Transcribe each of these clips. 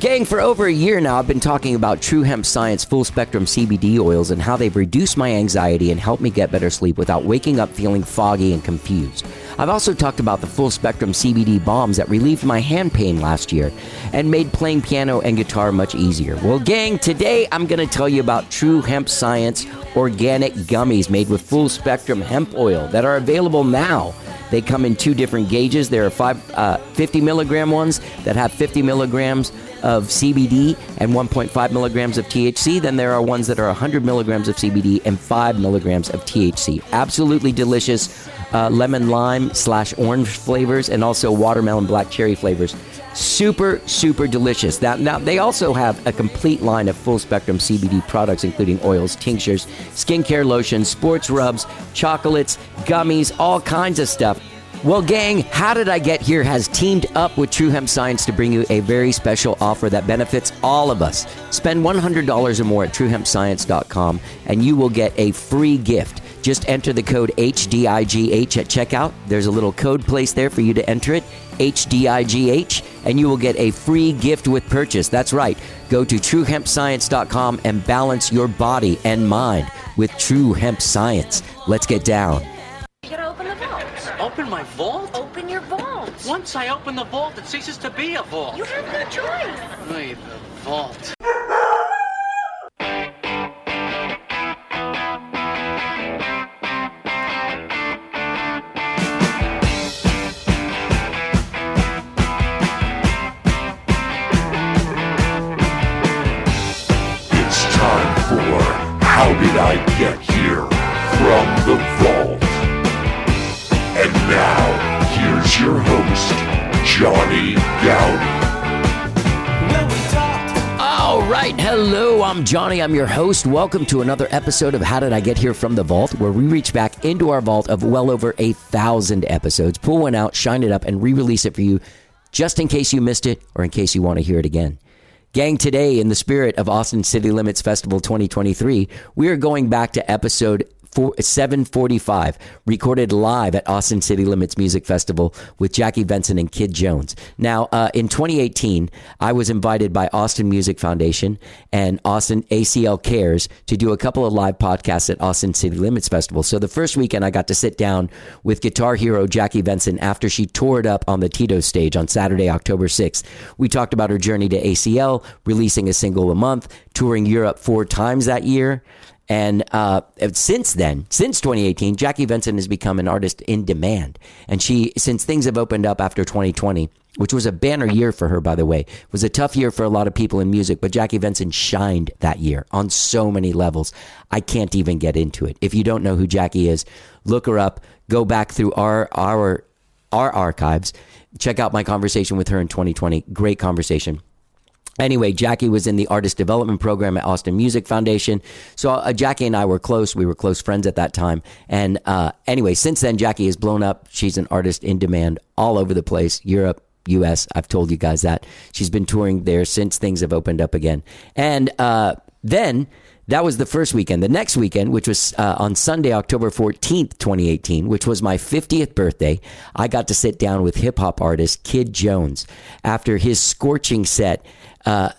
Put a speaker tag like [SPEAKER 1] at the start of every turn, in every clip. [SPEAKER 1] Gang, for over a year now, I've been talking about True Hemp Science full spectrum CBD oils and how they've reduced my anxiety and helped me get better sleep without waking up feeling foggy and confused. I've also talked about the full spectrum CBD bombs that relieved my hand pain last year and made playing piano and guitar much easier. Well, gang, today I'm going to tell you about True Hemp Science organic gummies made with full spectrum hemp oil that are available now. They come in two different gauges. There are five, uh, 50 milligram ones that have 50 milligrams of CBD and 1.5 milligrams of THC. Then there are ones that are 100 milligrams of CBD and 5 milligrams of THC. Absolutely delicious uh, lemon lime slash orange flavors and also watermelon black cherry flavors. Super, super delicious. Now, now, they also have a complete line of full spectrum CBD products, including oils, tinctures, skincare lotions, sports rubs, chocolates, gummies, all kinds of stuff. Well, gang, How Did I Get Here has teamed up with True Hemp Science to bring you a very special offer that benefits all of us. Spend $100 or more at truehempscience.com and you will get a free gift. Just enter the code HDIGH at checkout. There's a little code place there for you to enter it, HDIGH, and you will get a free gift with purchase. That's right. Go to truehempscience.com and balance your body and mind with True Hemp Science. Let's get down.
[SPEAKER 2] You gotta open the vault.
[SPEAKER 3] Open my vault?
[SPEAKER 2] Open your vault.
[SPEAKER 3] Once I open the vault, it ceases to be a vault.
[SPEAKER 2] You have no choice.
[SPEAKER 3] Wait, the vault.
[SPEAKER 4] It's time for How Did I Get Here from the Vault. And now, here's your host, Johnny Gowdy.
[SPEAKER 1] All right, hello, I'm Johnny. I'm your host. Welcome to another episode of How Did I Get Here from the Vault, where we reach back into our vault of well over a thousand episodes, pull one out, shine it up, and re release it for you just in case you missed it or in case you want to hear it again. Gang, today, in the spirit of Austin City Limits Festival 2023, we are going back to episode four, 745, recorded live at Austin City Limits Music Festival with Jackie Benson and Kid Jones. Now, uh, in 2018, I was invited by Austin Music Foundation and Austin ACL Cares to do a couple of live podcasts at Austin City Limits Festival. So the first weekend, I got to sit down with guitar hero Jackie Benson after she tore it up on the Tito stage on Saturday, October 6th. We talked about her journey to ACL, releasing a single a month, touring Europe four times that year. And uh, since then, since 2018, Jackie Benson has become an artist in demand. And she, since things have opened up after 2020, which was a banner year for her, by the way, it was a tough year for a lot of people in music, but Jackie Benson shined that year on so many levels. I can't even get into it. If you don't know who Jackie is, look her up, go back through our, our, our archives, check out my conversation with her in 2020. Great conversation. Anyway, Jackie was in the artist development program at Austin Music Foundation. So uh, Jackie and I were close. We were close friends at that time. And uh, anyway, since then, Jackie has blown up. She's an artist in demand all over the place Europe, US. I've told you guys that. She's been touring there since things have opened up again. And uh, then that was the first weekend. The next weekend, which was uh, on Sunday, October 14th, 2018, which was my 50th birthday, I got to sit down with hip hop artist Kid Jones after his scorching set. Uh,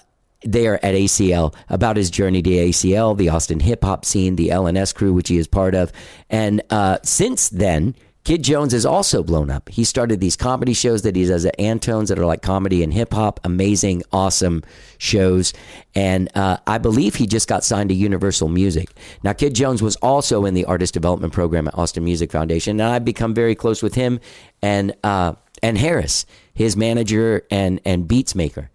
[SPEAKER 1] there at ACL about his journey to ACL, the Austin hip hop scene, the LNS crew, which he is part of. And uh, since then, Kid Jones has also blown up. He started these comedy shows that he does at Antones that are like comedy and hip hop, amazing, awesome shows. And uh, I believe he just got signed to Universal Music. Now, Kid Jones was also in the artist development program at Austin Music Foundation, and I've become very close with him and uh, and Harris, his manager and and beats maker.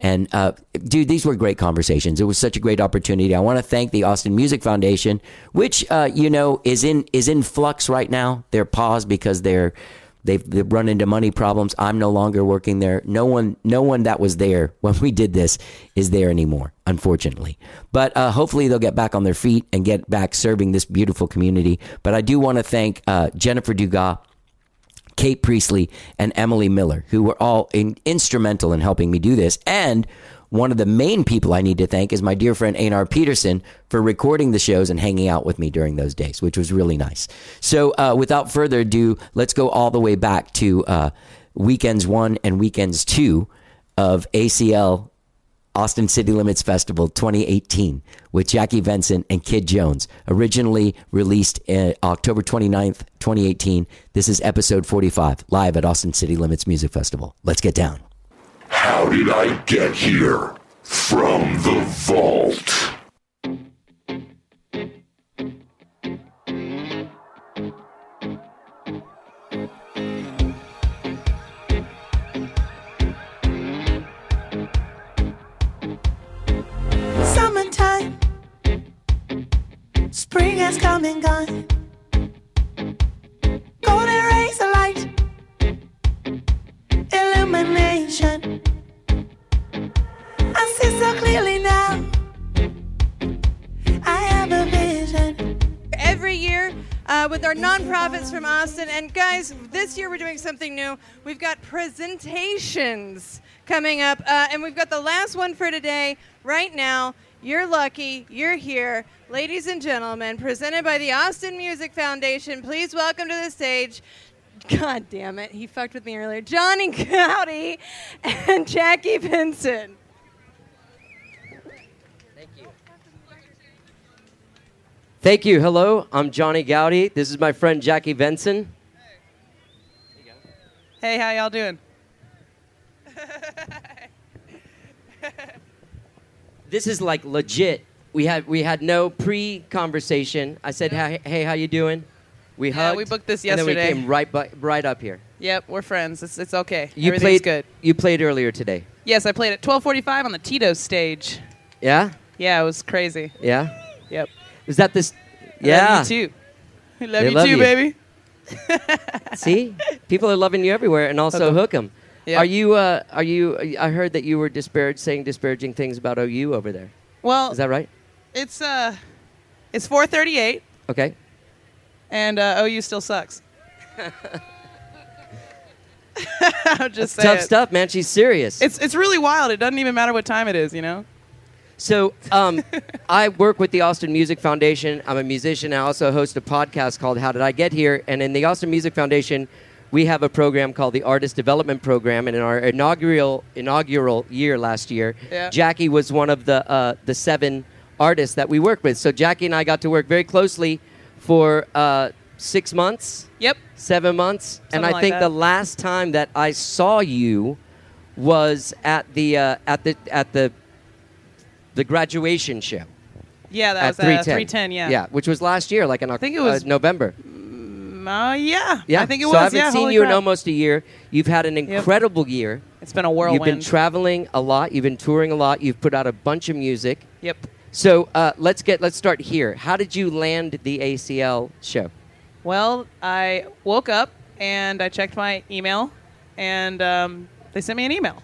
[SPEAKER 1] And uh, dude, these were great conversations. It was such a great opportunity. I want to thank the Austin Music Foundation, which uh, you know is in is in flux right now. They're paused because they're they've, they've run into money problems. I'm no longer working there. No one no one that was there when we did this is there anymore, unfortunately. But uh, hopefully they'll get back on their feet and get back serving this beautiful community. But I do want to thank uh, Jennifer Dugas. Kate Priestley, and Emily Miller, who were all in, instrumental in helping me do this. And one of the main people I need to thank is my dear friend Anar Peterson for recording the shows and hanging out with me during those days, which was really nice. So, uh, without further ado, let's go all the way back to uh, weekends one and weekends two of ACL Austin City Limits Festival 2018 with Jackie Vincent and Kid Jones, originally released uh, October 29th, 2018. This is episode 45, live at Austin City Limits Music Festival. Let's get down.
[SPEAKER 4] How did I get here? From the vault.
[SPEAKER 5] Summertime. Spring has come and gone. Golden rays of light. Illumination. I see so clearly now. I have a vision.
[SPEAKER 6] every year uh, with our nonprofits from Austin. And guys, this year we're doing something new. We've got presentations coming up, uh, and we've got the last one for today right now. You're lucky you're here. Ladies and gentlemen, presented by the Austin Music Foundation, please welcome to the stage. God damn it, he fucked with me earlier. Johnny Gowdy and Jackie Vincent.
[SPEAKER 7] Thank you. Hello, I'm Johnny Gowdy. This is my friend Jackie Benson.
[SPEAKER 8] Hey, how y'all doing?
[SPEAKER 7] This is like legit. We had we had no pre-conversation. I said, "Hey, hey, how you doing?" We
[SPEAKER 8] Yeah,
[SPEAKER 7] hugged.
[SPEAKER 8] we booked this
[SPEAKER 7] And then
[SPEAKER 8] yesterday.
[SPEAKER 7] we came right bu- right up here.
[SPEAKER 8] Yep, we're friends. It's, it's okay.
[SPEAKER 7] You
[SPEAKER 8] Everything's
[SPEAKER 7] played
[SPEAKER 8] good.
[SPEAKER 7] You played earlier today.
[SPEAKER 8] Yes, I played at 12:45 on the Tito's stage.
[SPEAKER 7] Yeah,
[SPEAKER 8] Yeah, it was crazy.
[SPEAKER 7] yeah.
[SPEAKER 8] Yep.
[SPEAKER 7] Is that this?
[SPEAKER 8] I love
[SPEAKER 7] Yeah.
[SPEAKER 8] you too. I love
[SPEAKER 7] They
[SPEAKER 8] you
[SPEAKER 7] love
[SPEAKER 8] too,
[SPEAKER 7] you.
[SPEAKER 8] baby.
[SPEAKER 7] See, people are loving you everywhere, and also
[SPEAKER 8] Hook 'em.
[SPEAKER 7] hook 'em.
[SPEAKER 8] Yeah.
[SPEAKER 7] Are you? Uh, are you? I heard that you were disparaged, saying disparaging things about OU over there.
[SPEAKER 8] Well,
[SPEAKER 7] Is that right?
[SPEAKER 8] it's uh, it's 4:38,
[SPEAKER 7] Okay.
[SPEAKER 8] and uh, OU still sucks. I'm just saying.
[SPEAKER 7] Tough stuff, man. She's serious.
[SPEAKER 8] It's it's really wild. It doesn't even matter what time it is, you know.
[SPEAKER 7] So um, I work with the Austin Music Foundation. I'm a musician. I also host a podcast called How Did I Get Here? And in the Austin Music Foundation, we have a program called the Artist Development Program. And in our inaugural inaugural year last year,
[SPEAKER 8] Yeah.
[SPEAKER 7] Jackie was one of the uh, the seven artists that we worked with. So Jackie and I got to work very closely for uh, six months
[SPEAKER 8] Yep.
[SPEAKER 7] seven months. and I
[SPEAKER 8] Something like
[SPEAKER 7] think
[SPEAKER 8] that.
[SPEAKER 7] the last time that I saw you was at the uh, at the at the the graduation show
[SPEAKER 8] Yeah, that
[SPEAKER 7] at
[SPEAKER 8] was uh,
[SPEAKER 7] 310.
[SPEAKER 8] 310. Yeah.
[SPEAKER 7] yeah, which was last year, like in I
[SPEAKER 8] think it was-
[SPEAKER 7] November.
[SPEAKER 8] Uh, yeah.
[SPEAKER 7] Yeah,
[SPEAKER 8] I think it
[SPEAKER 7] so
[SPEAKER 8] was.
[SPEAKER 7] I haven't
[SPEAKER 8] yeah,
[SPEAKER 7] seen
[SPEAKER 8] holy
[SPEAKER 7] you in
[SPEAKER 8] crap.
[SPEAKER 7] almost a year. You've had an incredible year.
[SPEAKER 8] It's been a whirlwind.
[SPEAKER 7] You've been traveling a lot. You've been touring a lot. You've put out a bunch of music.
[SPEAKER 8] yep.
[SPEAKER 7] So uh, let's get let's start here. How did you land the ACL show?
[SPEAKER 8] Well, I woke up and I checked my email, and um, they sent me an email.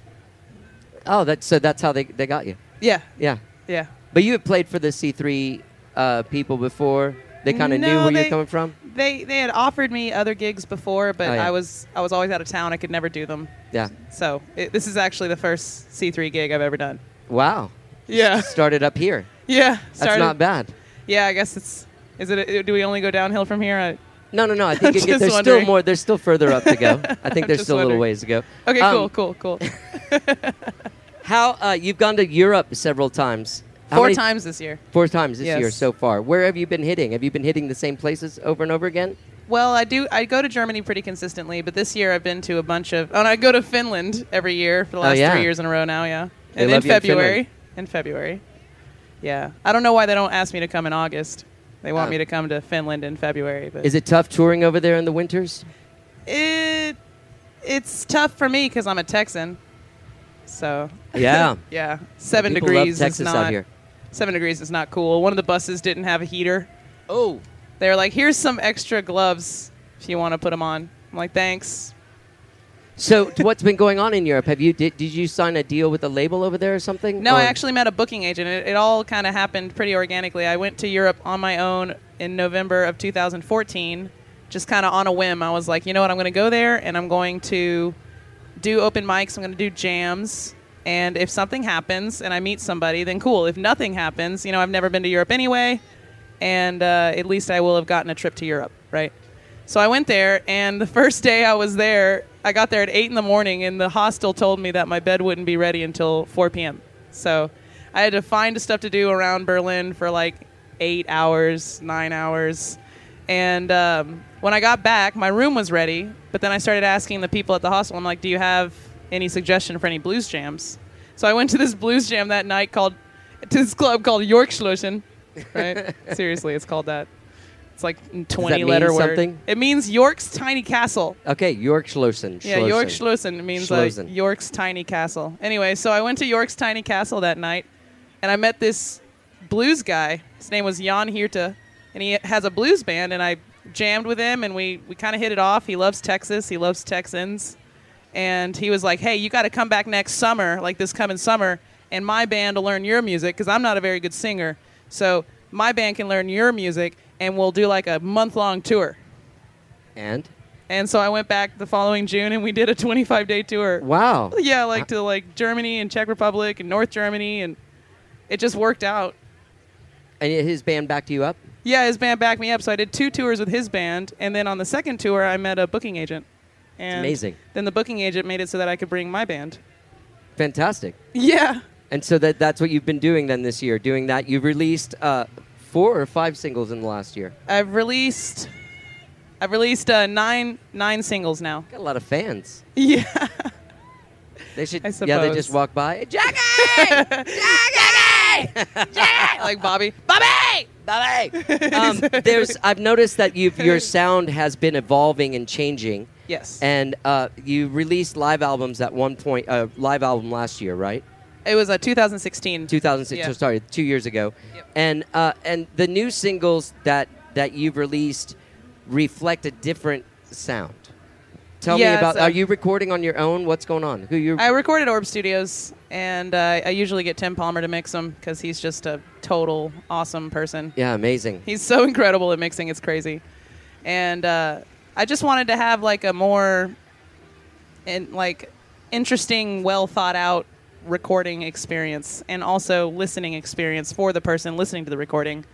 [SPEAKER 7] Oh, that's so that's how they, they got you.
[SPEAKER 8] Yeah,
[SPEAKER 7] Yeah.
[SPEAKER 8] yeah.
[SPEAKER 7] But you had played for the C3 uh, people before. They kind of knew
[SPEAKER 8] No,
[SPEAKER 7] where you
[SPEAKER 8] they-
[SPEAKER 7] were coming from.
[SPEAKER 8] They they had offered me other gigs before, but
[SPEAKER 7] Oh, yeah.
[SPEAKER 8] I was I was always out of town. I could never do them.
[SPEAKER 7] Yeah.
[SPEAKER 8] So it, this is actually the first C3 gig I've ever done.
[SPEAKER 7] Wow.
[SPEAKER 8] Yeah,
[SPEAKER 7] Started up here.
[SPEAKER 8] yeah.
[SPEAKER 7] That's not bad.
[SPEAKER 8] Yeah, I guess it's. Is it? Do we only go downhill from here? I,
[SPEAKER 7] No, no, no. I think
[SPEAKER 8] I'm
[SPEAKER 7] it get,
[SPEAKER 8] just
[SPEAKER 7] there's still
[SPEAKER 8] wondering.
[SPEAKER 7] more. There's still further up to go. I think
[SPEAKER 8] I'm
[SPEAKER 7] there's
[SPEAKER 8] just
[SPEAKER 7] still a little
[SPEAKER 8] wondering.
[SPEAKER 7] ways to go.
[SPEAKER 8] okay,
[SPEAKER 7] Um,
[SPEAKER 8] cool, cool, cool.
[SPEAKER 7] How uh, you've gone to Europe several times? How
[SPEAKER 8] Four
[SPEAKER 7] many-
[SPEAKER 8] times this year.
[SPEAKER 7] Four times this year
[SPEAKER 8] Yes.
[SPEAKER 7] so far. Where have you been hitting? Have you been hitting the same places over and over again?
[SPEAKER 8] Well, I do. I go to Germany pretty consistently, but this year I've been to a bunch of. And I go to Finland every year for the last
[SPEAKER 7] Oh, yeah.
[SPEAKER 8] three years in a row now. Yeah,
[SPEAKER 7] They
[SPEAKER 8] and
[SPEAKER 7] love
[SPEAKER 8] in
[SPEAKER 7] you in
[SPEAKER 8] February.
[SPEAKER 7] Finland.
[SPEAKER 8] in February. Yeah, I don't know why they don't ask me to come in August. They want
[SPEAKER 7] Oh.
[SPEAKER 8] me to come to Finland in February, but
[SPEAKER 7] Is it tough touring over there in the winters?
[SPEAKER 8] it it's tough for me because I'm a Texan. So
[SPEAKER 7] Yeah.
[SPEAKER 8] yeah, seven
[SPEAKER 7] People love
[SPEAKER 8] degrees
[SPEAKER 7] Texas
[SPEAKER 8] is
[SPEAKER 7] out
[SPEAKER 8] not
[SPEAKER 7] here.
[SPEAKER 8] seven degrees is not cool. One of the buses didn't have a heater.
[SPEAKER 7] Oh,
[SPEAKER 8] They were like, "Here's some extra gloves if you want to put them on." I'm like, "Thanks."
[SPEAKER 7] So, t- what's been going on in Europe? Have you did, did you sign a deal with a label over there or something?
[SPEAKER 8] No, I
[SPEAKER 7] Or-
[SPEAKER 8] actually met a booking agent. It, it all kind of happened pretty organically. I went to Europe on my own in November of 2014, just kind of on a whim. I was like, you know what, I'm going to go there and I'm going to do open mics, I'm going to do jams. And if something happens and I meet somebody, then cool. If nothing happens, you know, I've never been to Europe anyway, and uh, at least I will have gotten a trip to Europe, right? So I went there, and the first day I was there, I got there at 8 in the morning, and the hostel told me that my bed wouldn't be ready until 4 p.m. So I had to find stuff to do around Berlin for like eight hours, nine hours. And um, when I got back, my room was ready. But then I started asking the people at the hostel, I'm like, do you have any suggestion for any blues jams? So I went to this blues jam that night called, to this club called Yorkschlussen. Right? Seriously, it's called that. It's like 20
[SPEAKER 7] mean
[SPEAKER 8] letter word.
[SPEAKER 7] something?
[SPEAKER 8] It means York's tiny castle.
[SPEAKER 7] Okay, Yorkschlossen.
[SPEAKER 8] Yeah, York Schlossen means uh,
[SPEAKER 7] Schlossen.
[SPEAKER 8] York's tiny castle. Anyway, so I went to York's tiny castle that night, and I met this blues guy. His name was Jan Hirte, and he has a blues band. And I jammed with him, and we we kind of hit it off. He loves Texas. He loves Texans, and he was like, "Hey, you got to come back next summer, like this coming summer, and my band will learn your music because I'm not a very good singer. So my band can learn your music, and we'll do like a month long tour."
[SPEAKER 7] And
[SPEAKER 8] And so I went back the following June and we did a 25 day tour.
[SPEAKER 7] wow,
[SPEAKER 8] Yeah, like to like Germany and Czech Republic and North Germany and it just worked out.
[SPEAKER 7] and his band backed you up.
[SPEAKER 8] Yeah, his band backed me up, so I did two tours with his band and then on the second tour I met a booking agent. And
[SPEAKER 7] amazing.
[SPEAKER 8] Then the booking agent made it so that I could bring my band.
[SPEAKER 7] Fantastic.
[SPEAKER 8] Yeah.
[SPEAKER 7] And so that that's what you've been doing then this year. Doing that, you've released uh, four or five singles in the last year.
[SPEAKER 8] I've released I've released uh, nine nine singles now.
[SPEAKER 7] Got a lot of fans.
[SPEAKER 8] Yeah.
[SPEAKER 7] They should.
[SPEAKER 8] I
[SPEAKER 7] Yeah, they
[SPEAKER 8] suppose.
[SPEAKER 7] just walk by. Jackie,
[SPEAKER 8] like Bobby. Bobby!
[SPEAKER 7] Bobby. Um, there's. I've noticed that you've, your sound has been evolving and changing.
[SPEAKER 8] Yes.
[SPEAKER 7] And uh, you released live albums at one point. Uh, live album last year, right?
[SPEAKER 8] it was a 2016.
[SPEAKER 7] 2006.
[SPEAKER 8] Yeah.
[SPEAKER 7] so Sorry, two years ago.
[SPEAKER 8] Yep.
[SPEAKER 7] And uh, and the new singles that that you've released reflect a different sound. Tell
[SPEAKER 8] Yeah,
[SPEAKER 7] me
[SPEAKER 8] it's
[SPEAKER 7] about.
[SPEAKER 8] a-
[SPEAKER 7] Are you recording on your own? What's going on? Who you?
[SPEAKER 8] I record at Orb Studios, and uh, I usually get Tim Palmer to mix them because he's just a total awesome person.
[SPEAKER 7] yeah, amazing.
[SPEAKER 8] He's so incredible at mixing; it's crazy. And uh, I just wanted to have like a more, in, like, interesting, well thought out recording experience, and also listening experience for the person listening to the recording,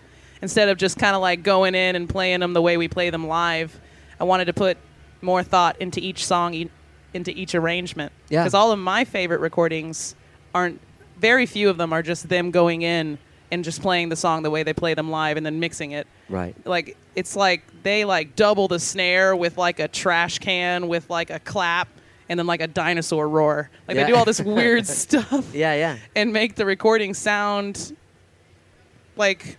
[SPEAKER 8] instead of just kind of like going in and playing them the way we play them live. I wanted to put more thought into each song, e- into each arrangement,
[SPEAKER 7] Yeah.
[SPEAKER 8] because all of my favorite recordings aren't very few of them are just them going in and just playing the song the way they play them live and then mixing it
[SPEAKER 7] Right.
[SPEAKER 8] like it's like they like double the snare with like a trash can with like a clap and then like a dinosaur roar like
[SPEAKER 7] Yeah.
[SPEAKER 8] they do all this weird stuff
[SPEAKER 7] Yeah, yeah.
[SPEAKER 8] and make the recording sound like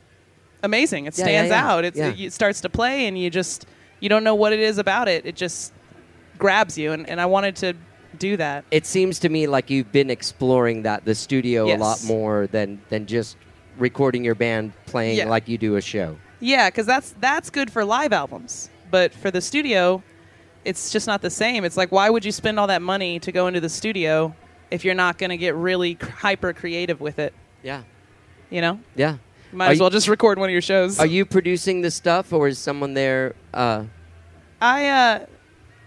[SPEAKER 8] amazing it
[SPEAKER 7] Yeah, yeah,
[SPEAKER 8] stands
[SPEAKER 7] yeah.
[SPEAKER 8] out it's,
[SPEAKER 7] Yeah.
[SPEAKER 8] it, starts to play and you just you don't know what it is about it it just grabs you and, and i wanted to do that
[SPEAKER 7] It seems to me like you've been exploring that the studio
[SPEAKER 8] Yes.
[SPEAKER 7] a lot more than than just recording your band playing
[SPEAKER 8] Yeah.
[SPEAKER 7] like you do a show.
[SPEAKER 8] Yeah, because that's that's good for live albums, but for the studio, it's just not the same. It's like, why would you spend all that money to go into the studio if you're not going to get really cr- hyper creative with it?
[SPEAKER 7] Yeah,
[SPEAKER 8] You know,
[SPEAKER 7] yeah.
[SPEAKER 8] might
[SPEAKER 7] Are
[SPEAKER 8] as
[SPEAKER 7] you-
[SPEAKER 8] well just record one of your shows.
[SPEAKER 7] Are you producing the stuff, or is someone there? Uh,
[SPEAKER 8] I uh,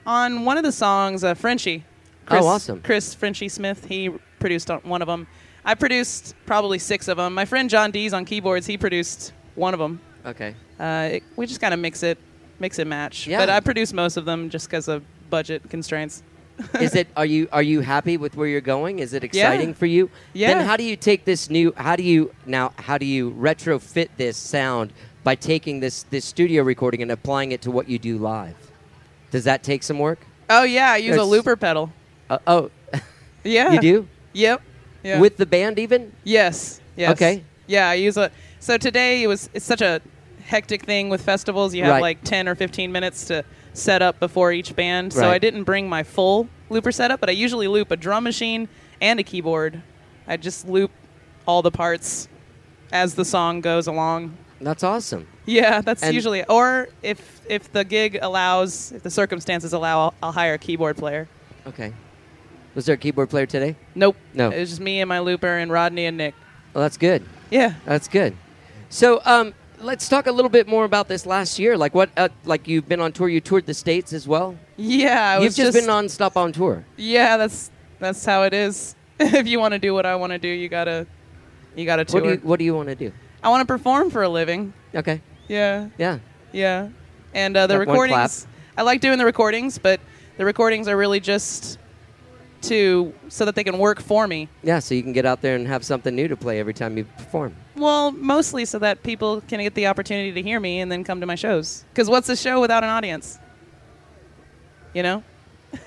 [SPEAKER 8] on one of the songs, uh, Frenchie.
[SPEAKER 7] Oh,
[SPEAKER 8] Chris,
[SPEAKER 7] awesome.
[SPEAKER 8] Chris Frenchie Smith. He produced on one of them. I produced probably six of them. My friend John Dees on keyboards. He produced one of them.
[SPEAKER 7] okay.
[SPEAKER 8] Uh, it, we just kind of mix it, mix and match.
[SPEAKER 7] Yeah.
[SPEAKER 8] But I produce most of them just because of budget constraints.
[SPEAKER 7] is it are you are you happy with where you're going is it
[SPEAKER 8] Yeah.
[SPEAKER 7] exciting for you
[SPEAKER 8] Yeah.
[SPEAKER 7] then how do you take this new how do you now how do you retrofit this sound by taking this this studio recording and applying it to what you do live does that take some work
[SPEAKER 8] Oh yeah, I use a
[SPEAKER 7] It's-
[SPEAKER 8] looper pedal.
[SPEAKER 7] uh, oh
[SPEAKER 8] Yeah.
[SPEAKER 7] you do
[SPEAKER 8] Yep. Yeah.
[SPEAKER 7] with the band even
[SPEAKER 8] yes. Yes.
[SPEAKER 7] Okay.
[SPEAKER 8] Yeah, I use a. So today it was. It's such a hectic thing with festivals. You have
[SPEAKER 7] Right.
[SPEAKER 8] like ten or fifteen minutes to set up before each band. So
[SPEAKER 7] Right.
[SPEAKER 8] I didn't bring my full looper setup, but I usually loop a drum machine and a keyboard. I just loop all the parts as the song goes along.
[SPEAKER 7] that's awesome
[SPEAKER 8] Yeah, that's
[SPEAKER 7] And-
[SPEAKER 8] usually. Or if if the gig allows, if the circumstances allow, I'll, I'll hire a keyboard player.
[SPEAKER 7] okay was there a keyboard player today
[SPEAKER 8] Nope.
[SPEAKER 7] No.
[SPEAKER 8] It was just me and my looper and Rodney and Nick.
[SPEAKER 7] well that's good
[SPEAKER 8] Yeah.
[SPEAKER 7] That's good. So um, let's talk a little bit more about this last year. Like what? Uh, like you've been on tour. You toured the states as well.
[SPEAKER 8] Yeah. I
[SPEAKER 7] You've
[SPEAKER 8] was
[SPEAKER 7] just, been nonstop on tour.
[SPEAKER 8] Yeah, that's that's how it is. if you want to do what I want to do, you gotta you gotta tour.
[SPEAKER 7] What do you What do you want to do?
[SPEAKER 8] I want to perform for a living.
[SPEAKER 7] Okay.
[SPEAKER 8] Yeah.
[SPEAKER 7] Yeah.
[SPEAKER 8] Yeah. And uh,
[SPEAKER 7] That
[SPEAKER 8] the
[SPEAKER 7] one clap.
[SPEAKER 8] recordings. I like doing the recordings, but the recordings are really just to so that they can work for me.
[SPEAKER 7] Yeah, so you can get out there and have something new to play every time you perform.
[SPEAKER 8] Well, mostly so that people can get the opportunity to hear me and then come to my shows. Because what's a show without an audience? You know?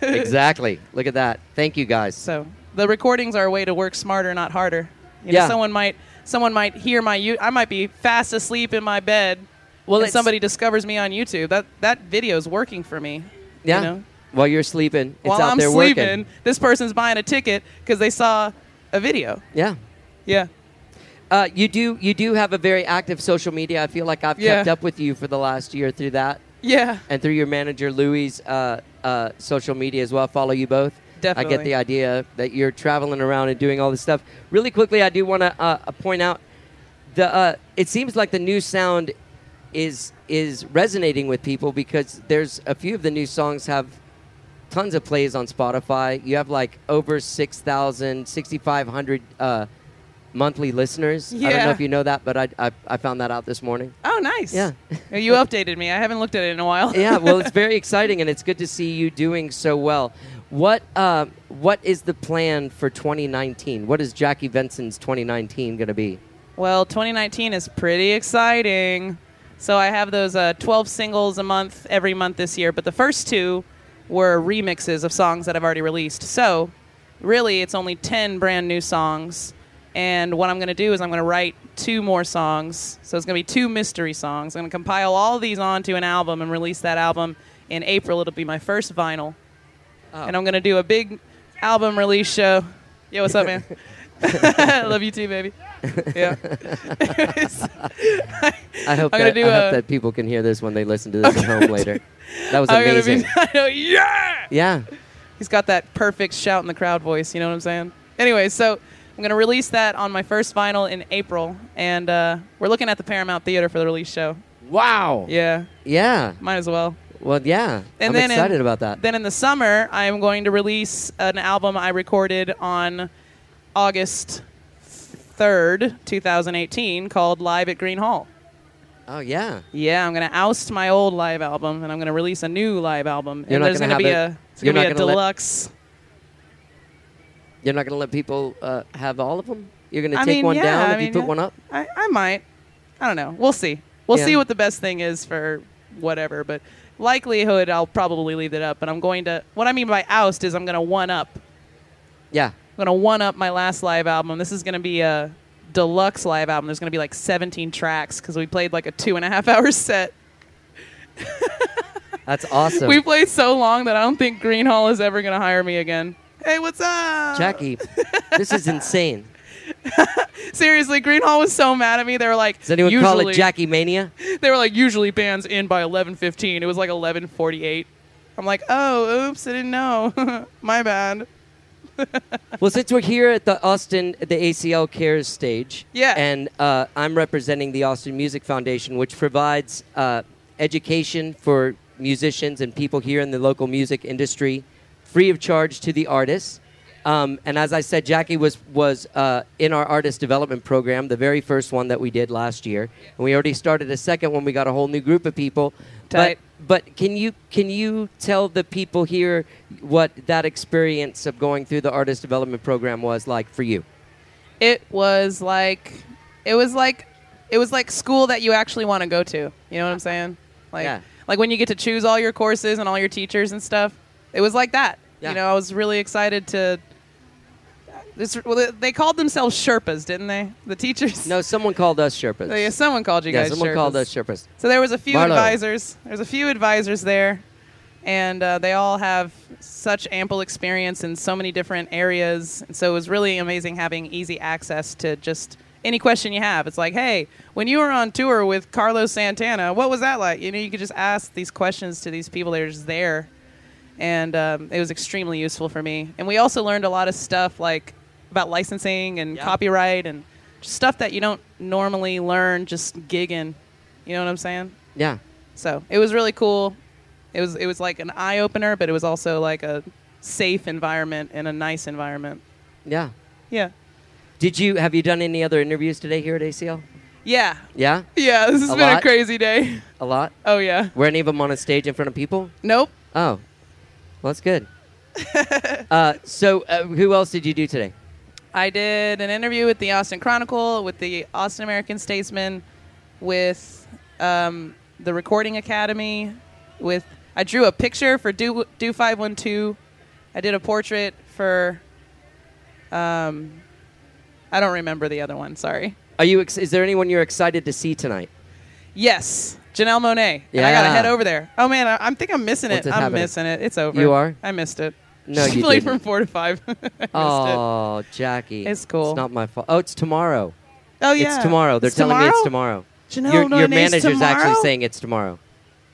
[SPEAKER 7] exactly. Look at that. Thank you guys.
[SPEAKER 8] So the recordings are a way to work smarter, not harder. You
[SPEAKER 7] Yeah.
[SPEAKER 8] know, someone might someone might hear my you. I might be fast asleep in my bed.
[SPEAKER 7] Well,
[SPEAKER 8] Well,
[SPEAKER 7] it's-
[SPEAKER 8] and somebody discovers me on YouTube. That that video is working for me.
[SPEAKER 7] yeah.
[SPEAKER 8] You know?
[SPEAKER 7] While you're sleeping, it's
[SPEAKER 8] While
[SPEAKER 7] out
[SPEAKER 8] I'm
[SPEAKER 7] there
[SPEAKER 8] sleeping,
[SPEAKER 7] working.
[SPEAKER 8] this person's buying a ticket because they saw a video.
[SPEAKER 7] Yeah.
[SPEAKER 8] Yeah.
[SPEAKER 7] Uh, you do you do have a very active social media. I feel like I've
[SPEAKER 8] Yeah.
[SPEAKER 7] kept up with you for the last year through that
[SPEAKER 8] Yeah.
[SPEAKER 7] and through your manager Louis' uh, uh, social media as well. I follow you both. I get
[SPEAKER 8] Definitely.
[SPEAKER 7] the idea that you're traveling around and doing all this stuff. Really quickly, I do want to uh, uh, point out the. Uh, it seems like the new sound is is resonating with people because there's a few of the new songs have tons of plays on Spotify. You have like over 6,000, 6,500 uh, monthly listeners. I don't know
[SPEAKER 8] Yeah.
[SPEAKER 7] if you know that, but I, I, I found that out this morning.
[SPEAKER 8] Oh, nice.
[SPEAKER 7] Yeah.
[SPEAKER 8] you updated me. I haven't looked at it in a while.
[SPEAKER 7] yeah, well, it's very exciting, and it's good to see you doing so well. What uh, What is the plan for 2019? What is Jackie Benson's 2019 going to be?
[SPEAKER 8] Well, 2019 is pretty exciting. So I have those uh, 12 singles a month every month this year, but the first two were remixes of songs that I've already released. So really, it's only 10 brand new songs. And what I'm going to do is I'm going to write two more songs. So it's going to be two mystery songs. I'm going to compile all these onto an album and release that album in April. It'll be my first vinyl. And I'm going to do a big album release show. Yo, what's up, man? Love you too, baby. Yeah.
[SPEAKER 7] I hope,
[SPEAKER 8] I'm gonna
[SPEAKER 7] that,
[SPEAKER 8] do
[SPEAKER 7] I hope
[SPEAKER 8] a-
[SPEAKER 7] that people can hear this when they listen to this at home later. That was
[SPEAKER 8] I'm gonna
[SPEAKER 7] amazing.
[SPEAKER 8] be. I know, yeah.
[SPEAKER 7] yeah.
[SPEAKER 8] He's got that perfect shout in the crowd voice. You know what I'm saying? Anyway, so I'm gonna release that on my first vinyl in April, and uh, we're looking at the Paramount Theater for the release show.
[SPEAKER 7] Wow.
[SPEAKER 8] Yeah,
[SPEAKER 7] Yeah.
[SPEAKER 8] might as well.
[SPEAKER 7] Well, yeah.
[SPEAKER 8] And
[SPEAKER 7] I'm
[SPEAKER 8] then in-
[SPEAKER 7] excited about that.
[SPEAKER 8] Then in the summer, I am going to release an album I recorded on August 3rd, 2018, called Live at Green Hall.
[SPEAKER 7] oh, yeah.
[SPEAKER 8] Yeah, I'm gonna oust my old live album, and I'm gonna release a new live album.
[SPEAKER 7] You're
[SPEAKER 8] and
[SPEAKER 7] not
[SPEAKER 8] there's
[SPEAKER 7] gonna
[SPEAKER 8] be
[SPEAKER 7] have it-
[SPEAKER 8] a it's
[SPEAKER 7] you're
[SPEAKER 8] gonna be
[SPEAKER 7] not
[SPEAKER 8] a
[SPEAKER 7] gonna let-
[SPEAKER 8] deluxe.
[SPEAKER 7] You're not going to let people uh, have all of them? You're going to
[SPEAKER 8] I
[SPEAKER 7] take
[SPEAKER 8] mean,
[SPEAKER 7] one
[SPEAKER 8] yeah,
[SPEAKER 7] down
[SPEAKER 8] I
[SPEAKER 7] if you
[SPEAKER 8] mean,
[SPEAKER 7] put
[SPEAKER 8] yeah.
[SPEAKER 7] one up?
[SPEAKER 8] I, I might. I don't know. We'll see. We'll
[SPEAKER 7] Yeah.
[SPEAKER 8] see what the best thing is for whatever. But likelihood, I'll probably leave it up. But I'm going to. What I mean by oust is I'm gonna one up. I'm
[SPEAKER 7] Yeah.
[SPEAKER 8] gonna one up my last live album. This is gonna be a deluxe live album. There's gonna be like 17 tracks because we played like a two and a half hour set.
[SPEAKER 7] That's awesome.
[SPEAKER 8] We played so long that I don't think Green Hall is ever gonna hire me again. Hey, what's up?
[SPEAKER 7] Jackie, this is insane.
[SPEAKER 8] Seriously, Greenhall was so mad at me. They were like,
[SPEAKER 7] Does anyone
[SPEAKER 8] usually,
[SPEAKER 7] call it Jackie Mania?
[SPEAKER 8] They were like, usually bands end by eleven fifteen. It was like eleven forty eight. I'm like, oh, oops, I didn't know. My bad.
[SPEAKER 7] Well, since we're here at the Austin, the ACL Cares stage,
[SPEAKER 8] Yeah.
[SPEAKER 7] and uh, I'm representing the Austin Music Foundation, which provides uh, education for musicians and people here in the local music industry, free of charge to the artists. Um, and as I said, Jackie was was uh, in our artist development program, the very first one that we did last year, and we already started a second one. We got a whole new group of people,
[SPEAKER 8] Tight.
[SPEAKER 7] but but can you can you tell the people here what that experience of going through the artist development program was like for you?
[SPEAKER 8] It was like, it was like, it was like school that you actually want to go to. You know what I'm saying? Like,
[SPEAKER 7] Yeah.
[SPEAKER 8] like when you get to choose all your courses and all your teachers and stuff. It was like that.
[SPEAKER 7] Yeah.
[SPEAKER 8] You know, I was really excited to. This, well, they called themselves Sherpas, didn't they? The teachers.
[SPEAKER 7] No, someone called us Sherpas.
[SPEAKER 8] Yeah, someone called Oh, you
[SPEAKER 7] Yeah,
[SPEAKER 8] guys.
[SPEAKER 7] someone
[SPEAKER 8] Sherpas.
[SPEAKER 7] called us Sherpas.
[SPEAKER 8] So there was a few
[SPEAKER 7] Marlo.
[SPEAKER 8] advisors. There's a few advisors there, and uh, they all have such ample experience in so many different areas. And so it was really amazing having easy access to just any question you have. It's like, hey, when you were on tour with Carlos Santana, what was that like? You know, you could just ask these questions to these people that are just there, and um, it was extremely useful for me. And we also learned a lot of stuff like about licensing and
[SPEAKER 7] Yeah.
[SPEAKER 8] copyright and just stuff that you don't normally learn just gigging. You know what I'm saying?
[SPEAKER 7] Yeah.
[SPEAKER 8] So it was really cool. It was it was like an eye opener, but it was also like a safe environment and a nice environment.
[SPEAKER 7] Yeah.
[SPEAKER 8] Yeah.
[SPEAKER 7] Did you have you done any other interviews today here at ACL?
[SPEAKER 8] Yeah.
[SPEAKER 7] Yeah?
[SPEAKER 8] Yeah. This has
[SPEAKER 7] A
[SPEAKER 8] been
[SPEAKER 7] lot?
[SPEAKER 8] a crazy day.
[SPEAKER 7] A lot?
[SPEAKER 8] Oh yeah.
[SPEAKER 7] Were any of them on a stage in front of people?
[SPEAKER 8] Nope.
[SPEAKER 7] Oh. Well, that's good. Uh, so, uh, who else did you do today?
[SPEAKER 8] I did an interview with the Austin Chronicle, with the Austin American Statesman, with um, the Recording Academy, with I drew a picture for Do Do Five One Two. I did a portrait for. Um, I don't remember the other one. Sorry.
[SPEAKER 7] Are you? Ex- is there anyone you're excited to see tonight?
[SPEAKER 8] Yes, Janelle Monet. And I gotta
[SPEAKER 7] Yeah.
[SPEAKER 8] head over there. Oh man, I, I think I'm missing
[SPEAKER 7] What's
[SPEAKER 8] it.
[SPEAKER 7] it
[SPEAKER 8] I'm
[SPEAKER 7] happening?
[SPEAKER 8] missing it. It's over.
[SPEAKER 7] You are?
[SPEAKER 8] I missed it.
[SPEAKER 7] No,
[SPEAKER 8] She
[SPEAKER 7] you
[SPEAKER 8] played
[SPEAKER 7] didn't.
[SPEAKER 8] from four to five. I missed it.
[SPEAKER 7] Oh, Jackie,
[SPEAKER 8] It's cool.
[SPEAKER 7] It's not my fault. Oh, it's tomorrow.
[SPEAKER 8] Oh yeah,
[SPEAKER 7] It's tomorrow. They're telling me it's tomorrow.
[SPEAKER 8] Janelle
[SPEAKER 7] your your
[SPEAKER 8] Monet's
[SPEAKER 7] manager's actually
[SPEAKER 8] tomorrow?
[SPEAKER 7] saying it's tomorrow.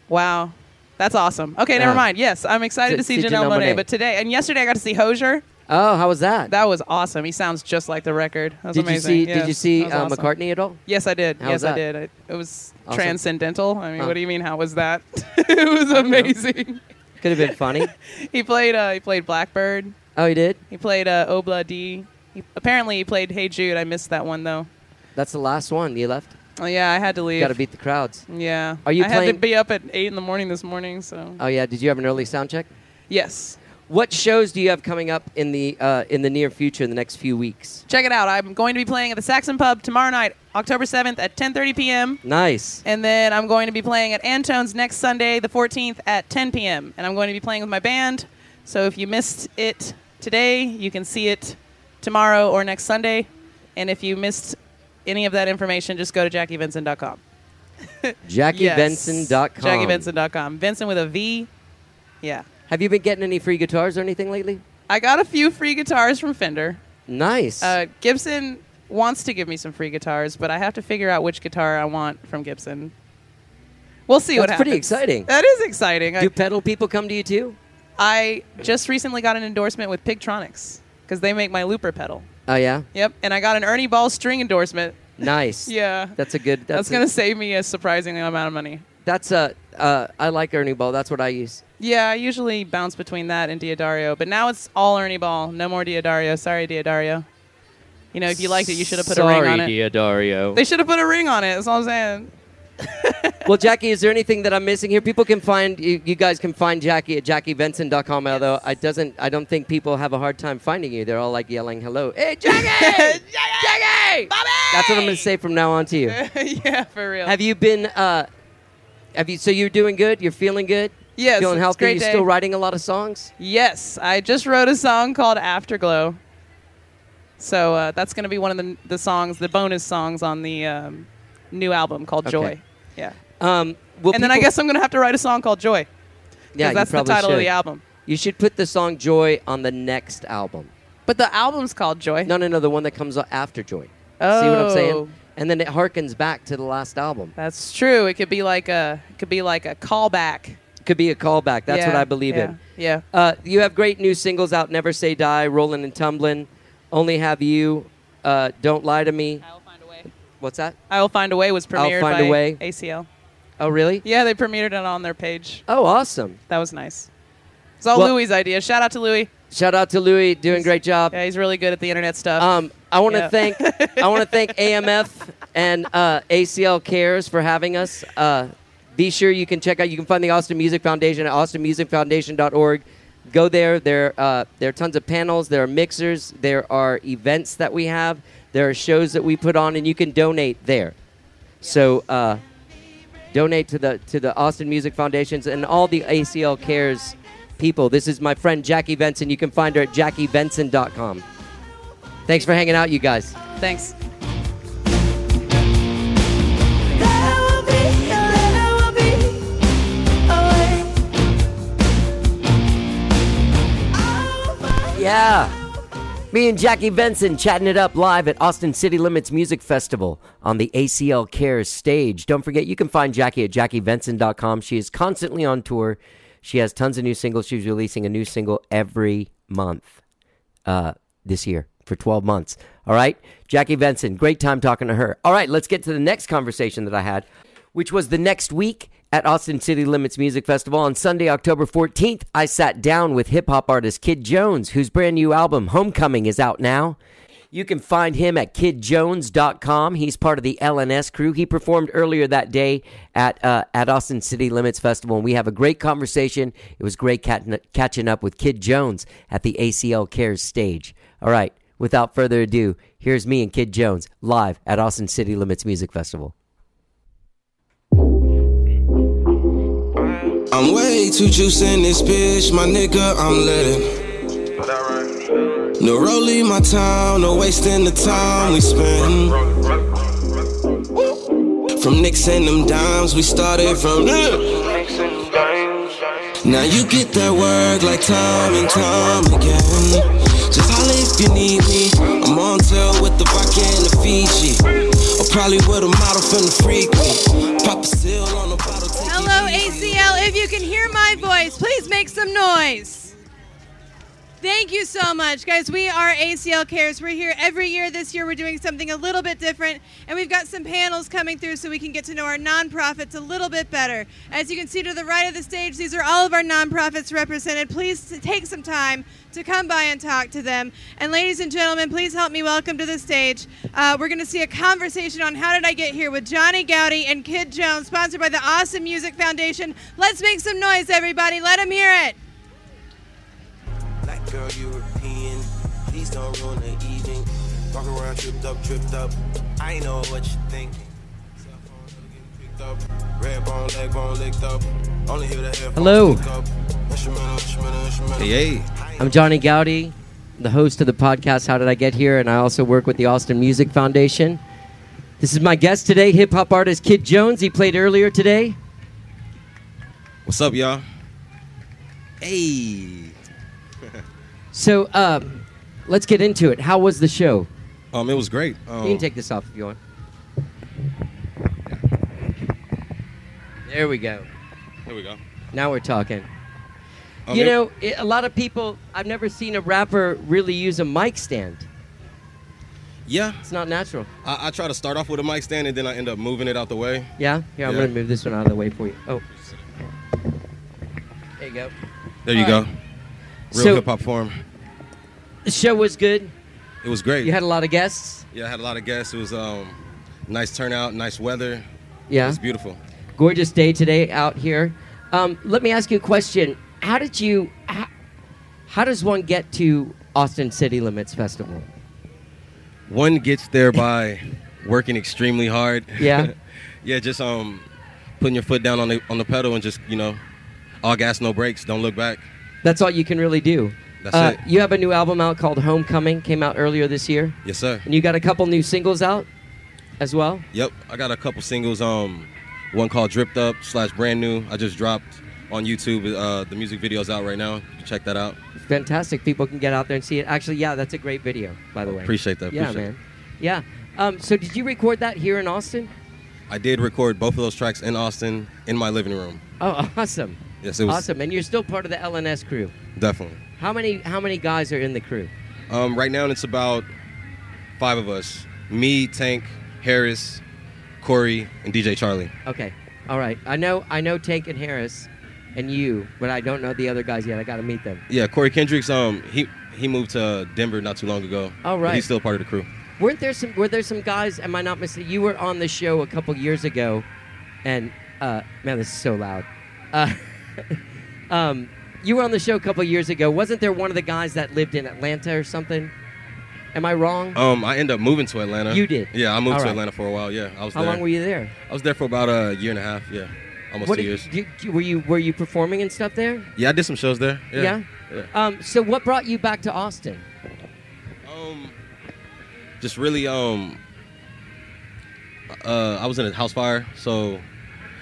[SPEAKER 8] Wow. That's awesome. Okay,
[SPEAKER 7] Yeah.
[SPEAKER 8] never mind. Yes, I'm excited
[SPEAKER 7] To
[SPEAKER 8] to see,
[SPEAKER 7] see
[SPEAKER 8] Janelle,
[SPEAKER 7] Janelle
[SPEAKER 8] Monet,
[SPEAKER 7] Monáe.
[SPEAKER 8] but today and yesterday I got to see Hosier.
[SPEAKER 7] Oh, how was that?
[SPEAKER 8] That was awesome. He sounds just like the record. That was
[SPEAKER 7] did
[SPEAKER 8] amazing.
[SPEAKER 7] you see?
[SPEAKER 8] Yes,
[SPEAKER 7] Did you see
[SPEAKER 8] that was
[SPEAKER 7] uh,
[SPEAKER 8] awesome.
[SPEAKER 7] McCartney at all?
[SPEAKER 8] Yes, I did.
[SPEAKER 7] How was
[SPEAKER 8] yes, I
[SPEAKER 7] that?
[SPEAKER 8] did. It, it was
[SPEAKER 7] Awesome.
[SPEAKER 8] transcendental. I mean,
[SPEAKER 7] Huh.
[SPEAKER 8] what do you mean? How was that? it was amazing.
[SPEAKER 7] Could have been funny.
[SPEAKER 8] he played. Uh, he played Blackbird.
[SPEAKER 7] oh, he did.
[SPEAKER 8] He played uh, Obla D. He, apparently, he played Hey Jude. I missed that one though.
[SPEAKER 7] That's the last one. You left.
[SPEAKER 8] Oh yeah, I had to leave.
[SPEAKER 7] Got to beat the crowds.
[SPEAKER 8] yeah.
[SPEAKER 7] Are you
[SPEAKER 8] I had
[SPEAKER 7] playing-
[SPEAKER 8] to be up at eight in the morning this morning. So
[SPEAKER 7] Oh yeah. Did you have an early sound check?
[SPEAKER 8] yes,
[SPEAKER 7] What shows do you have coming up in the uh, in the near future, in the next few weeks?
[SPEAKER 8] check it out. I'm going to be playing at the Saxon Pub tomorrow night, October 7th at 10:30 p.m.
[SPEAKER 7] Nice.
[SPEAKER 8] And then I'm going to be playing at Antone's next Sunday, the 14th at 10 p.m. And I'm going to be playing with my band. So if you missed it today, you can see it tomorrow or next Sunday. And if you missed any of that information, just go to JackieVincent.com.
[SPEAKER 7] JackieBenson.com.
[SPEAKER 8] JackieBenson.com. Vincent with a V. Yeah.
[SPEAKER 7] Have you been getting any free guitars or anything lately?
[SPEAKER 8] I got a few free guitars from Fender.
[SPEAKER 7] Nice.
[SPEAKER 8] Uh, Gibson wants to give me some free guitars, but I have to figure out which guitar I want from Gibson. We'll see what
[SPEAKER 7] That's
[SPEAKER 8] happens.
[SPEAKER 7] pretty exciting.
[SPEAKER 8] That is exciting. I,
[SPEAKER 7] do pedal people come to you too?
[SPEAKER 8] I just recently got an endorsement with Pigtronics because they make my looper pedal.
[SPEAKER 7] Oh yeah.
[SPEAKER 8] Yep, and I got an Ernie Ball string endorsement.
[SPEAKER 7] Nice.
[SPEAKER 8] Yeah,
[SPEAKER 7] That's a good. That's,
[SPEAKER 8] that's gonna
[SPEAKER 7] A,
[SPEAKER 8] save me a surprising amount of money.
[SPEAKER 7] that's a. Uh, I like Ernie Ball. That's what I use.
[SPEAKER 8] Yeah, I usually bounce between that and Diodario, but now it's all Ernie Ball. No more Diodario. Sorry, Diodario. You know, if you liked it, you should have put a ring on it.
[SPEAKER 7] Diodario.
[SPEAKER 8] They should have put a ring on it. That's all I'm saying.
[SPEAKER 7] well, Jackie, is there anything that I'm missing here? People can find you, you guys can find Jackie at jackiebenson.com. Although I doesn't, I don't think people have a hard time finding you. They're all like yelling, "Hello, hey, Jackie!"
[SPEAKER 8] Jackie! Bobby!
[SPEAKER 7] That's what I'm going to say from now on to you.
[SPEAKER 8] yeah, for real.
[SPEAKER 7] Have you been? Uh, have you? So you're doing good. You're feeling good.
[SPEAKER 8] Yes,
[SPEAKER 7] feeling
[SPEAKER 8] it's a
[SPEAKER 7] healthy.
[SPEAKER 8] great
[SPEAKER 7] you
[SPEAKER 8] day.
[SPEAKER 7] still writing a lot of songs.
[SPEAKER 8] yes, I just wrote a song called Afterglow. So uh, that's going to be one of the, the songs, the bonus songs on the um, new album called
[SPEAKER 7] Okay.
[SPEAKER 8] Joy. Yeah.
[SPEAKER 7] Um, will
[SPEAKER 8] and then I
[SPEAKER 7] people-
[SPEAKER 8] guess I'm going to have to write a song called Joy. 'cause
[SPEAKER 7] yeah, you
[SPEAKER 8] that's the
[SPEAKER 7] probably
[SPEAKER 8] title of
[SPEAKER 7] should.
[SPEAKER 8] the album.
[SPEAKER 7] You should put the song "Joy" on the next album.
[SPEAKER 8] But the album's called Joy.
[SPEAKER 7] No, no, no. The one that comes after "Joy." See what I'm
[SPEAKER 8] Oh.
[SPEAKER 7] saying? And then it harkens back to the last album.
[SPEAKER 8] That's true. It could be like a it could be like a callback.
[SPEAKER 7] Could be a callback. That's what
[SPEAKER 8] Yeah,
[SPEAKER 7] I believe
[SPEAKER 8] yeah,
[SPEAKER 7] in.
[SPEAKER 8] Yeah.
[SPEAKER 7] Uh, you have great new singles out: "Never Say Die," "Rolling and Tumbling," "Only Have You," uh, "Don't Lie to Me."
[SPEAKER 8] I will find a way.
[SPEAKER 7] What's that?
[SPEAKER 8] I will find a way was
[SPEAKER 7] I'll
[SPEAKER 8] premiered
[SPEAKER 7] Find a
[SPEAKER 8] by
[SPEAKER 7] Way.
[SPEAKER 8] ACL.
[SPEAKER 7] Oh, really?
[SPEAKER 8] Yeah, they premiered it on their page.
[SPEAKER 7] Oh, awesome!
[SPEAKER 8] That was nice. It's all
[SPEAKER 7] Well-
[SPEAKER 8] Louis' idea. Shout out to Louis.
[SPEAKER 7] Shout out to Louis, doing great job.
[SPEAKER 8] Yeah, he's really good at the internet stuff.
[SPEAKER 7] Um, I want to
[SPEAKER 8] Yeah.
[SPEAKER 7] thank I want to thank AMF and uh, ACL Cares for having us. Uh, be sure you can check out. You can find the Austin Music Foundation at austinmusicfoundation.org. Go there. There uh, there are tons of panels. There are mixers. There are events that we have. There are shows that we put on, and you can donate there. So uh, donate to the to the Austin Music Foundations and all the ACL Cares people. This is my friend Jackie Benson. You can find her at jackiebenson.com. Thanks for hanging out, you guys.
[SPEAKER 8] Thanks.
[SPEAKER 5] There will be, there will be a way. I will find
[SPEAKER 7] Yeah. Me and Jackie Benson chatting it up live at Austin City Limits Music Festival on the ACL Cares stage. Don't forget, you can find Jackie at jackiebenson.com. She is constantly on tour. She has tons of new singles. She's releasing a new single every month uh, this year for 12 months. All right? Jackie Benson, great time talking to her. All right, let's get to the next conversation that I had, which was the next week at Austin City Limits Music Festival. On Sunday, October 14th, I sat down with hip hop artist Kid Jones, whose brand new album, Homecoming, is out now. You can find him at kidjones.com. He's part of the LNS crew. He performed earlier that day at uh, at Austin City Limits Festival, and we have a great conversation. It was great catting- catching up with Kid Jones at the ACL Cares stage. All right, without further ado, here's me and Kid Jones live at Austin City Limits Music Festival.
[SPEAKER 9] I'm way too juiced in this bitch, my nigga, I'm letting. No rolling my time, no wasting the time we spend. From nicks and them dimes, we started from them. Now you get that work like time and time again. Just holla if you need me. I'm on tail with the vodka and the Fiji. Or probably with a model finna freak me. Pop a seal on the bottle. take it
[SPEAKER 6] Hello,
[SPEAKER 9] easy.
[SPEAKER 6] ACL. If you can hear my voice, please make some noise. Thank you so much, guys. We are ACL Cares. We're here every year. This year, we're doing something a little bit different, and we've got some panels coming through so we can get to know our nonprofits a little bit better. As you can see to the right of the stage, these are all of our nonprofits represented. Please t- take some time to come by and talk to them. And, ladies and gentlemen, please help me welcome to the stage. Uh, we're going to see a conversation on How Did I Get Here with Johnny Gowdy and Kid Jones, sponsored by the Awesome Music Foundation. Let's make some noise, everybody. Let them hear it.
[SPEAKER 9] Black girl European, please don't ruin the evening. Walk around tripped up, tripped up. I know what you thinking. Cell phone still getting picked up. Red bone, leg bone licked up. Only hear the headphones
[SPEAKER 7] Hello.
[SPEAKER 9] pick up. Instrumental, instrumental, instrumental.
[SPEAKER 10] Hey,
[SPEAKER 7] I'm Johnny Gowdy, the host of the podcast How Did I Get Here, and I also work with the Austin Music Foundation. This is my guest today, hip hop artist Kid Jones. He played earlier today.
[SPEAKER 10] what's up, y'all? Hey.
[SPEAKER 7] So uh, let's get into it. How was the show?
[SPEAKER 10] Um, it was great. Um,
[SPEAKER 7] You can take this off if you want. There we go.
[SPEAKER 10] Here we go.
[SPEAKER 7] Now we're talking.
[SPEAKER 10] Um,
[SPEAKER 7] you
[SPEAKER 10] it-
[SPEAKER 7] know, it, a lot of people, I've never seen a rapper really use a mic stand.
[SPEAKER 10] Yeah,
[SPEAKER 7] It's not natural.
[SPEAKER 10] I, I try to start off with a mic stand and then I end up moving it out the way.
[SPEAKER 7] Yeah? Here, I'm
[SPEAKER 10] Yeah.
[SPEAKER 7] going to move this one out of the way for you. Oh. There you go.
[SPEAKER 10] There you go. Real
[SPEAKER 7] So-
[SPEAKER 10] hip hop form.
[SPEAKER 7] The show was good.
[SPEAKER 10] It was great.
[SPEAKER 7] You had a lot of guests.
[SPEAKER 10] yeah, I had a lot of guests. It was um, nice turnout, nice weather. It
[SPEAKER 7] Yeah.
[SPEAKER 10] was beautiful.
[SPEAKER 7] Gorgeous day today out here. Um, let me ask you a question. How did you, how, how does one get to Austin City Limits Festival?
[SPEAKER 10] One gets there by working extremely hard.
[SPEAKER 7] Yeah.
[SPEAKER 10] yeah, just um, putting your foot down on the on the pedal and just you know, all gas, no brakes. Don't look back.
[SPEAKER 7] That's all you can really do.
[SPEAKER 10] That's
[SPEAKER 7] uh,
[SPEAKER 10] it.
[SPEAKER 7] You have a new album out called Homecoming, came out earlier this year.
[SPEAKER 10] Yes, sir.
[SPEAKER 7] And you got a couple new singles out as well.
[SPEAKER 10] Yep, I got a couple singles. Um, one called "Dripped Up" slash brand new. I just dropped on YouTube. Uh, the music video's out right now. You can check that out.
[SPEAKER 7] Fantastic. People can get out there and see it. Actually, yeah, that's a great video, by the way.
[SPEAKER 10] Appreciate that.
[SPEAKER 7] yeah,
[SPEAKER 10] appreciate
[SPEAKER 7] man. Yeah. Um, so did you record that here in Austin?
[SPEAKER 10] that. I did record both of those tracks in Austin in my living room.
[SPEAKER 7] Oh, awesome.
[SPEAKER 10] Yes, it was
[SPEAKER 7] awesome. And you're still part of the LNS crew.
[SPEAKER 10] Definitely.
[SPEAKER 7] How many how many guys are in the crew?
[SPEAKER 10] Um, right now it's about five of us: me, Tank, Harris, Corey, and DJ Charlie.
[SPEAKER 7] Okay. All right. I know I know Tank and Harris and you, but I don't know the other guys yet. I got to meet them.
[SPEAKER 10] Yeah, Corey Kendricks. Um, he he moved to Denver not too long ago.
[SPEAKER 7] Oh,
[SPEAKER 10] but
[SPEAKER 7] right.
[SPEAKER 10] He's still part of the crew.
[SPEAKER 7] Weren't there some? Were there some guys? Am I not mistaken? You were on the show a couple years ago, and uh, man, this is so loud. Uh, um, you were on the show a couple years ago. Wasn't there one of the guys that lived in Atlanta or something? Am I wrong?
[SPEAKER 10] Um, I ended up moving to Atlanta.
[SPEAKER 7] You did?
[SPEAKER 10] Yeah, I moved
[SPEAKER 7] All
[SPEAKER 10] to
[SPEAKER 7] right.
[SPEAKER 10] Atlanta for a while. Yeah, I was.
[SPEAKER 7] How
[SPEAKER 10] there.
[SPEAKER 7] long were you there?
[SPEAKER 10] I was there for about a year and a half. Yeah, almost
[SPEAKER 7] What
[SPEAKER 10] two
[SPEAKER 7] did-
[SPEAKER 10] years.
[SPEAKER 7] you- you- were you were you performing and stuff there?
[SPEAKER 10] yeah, I did some shows there. Yeah.
[SPEAKER 7] Yeah? Um, so what brought you back to Austin?
[SPEAKER 10] Um, just really um. Uh, I was in a house fire, so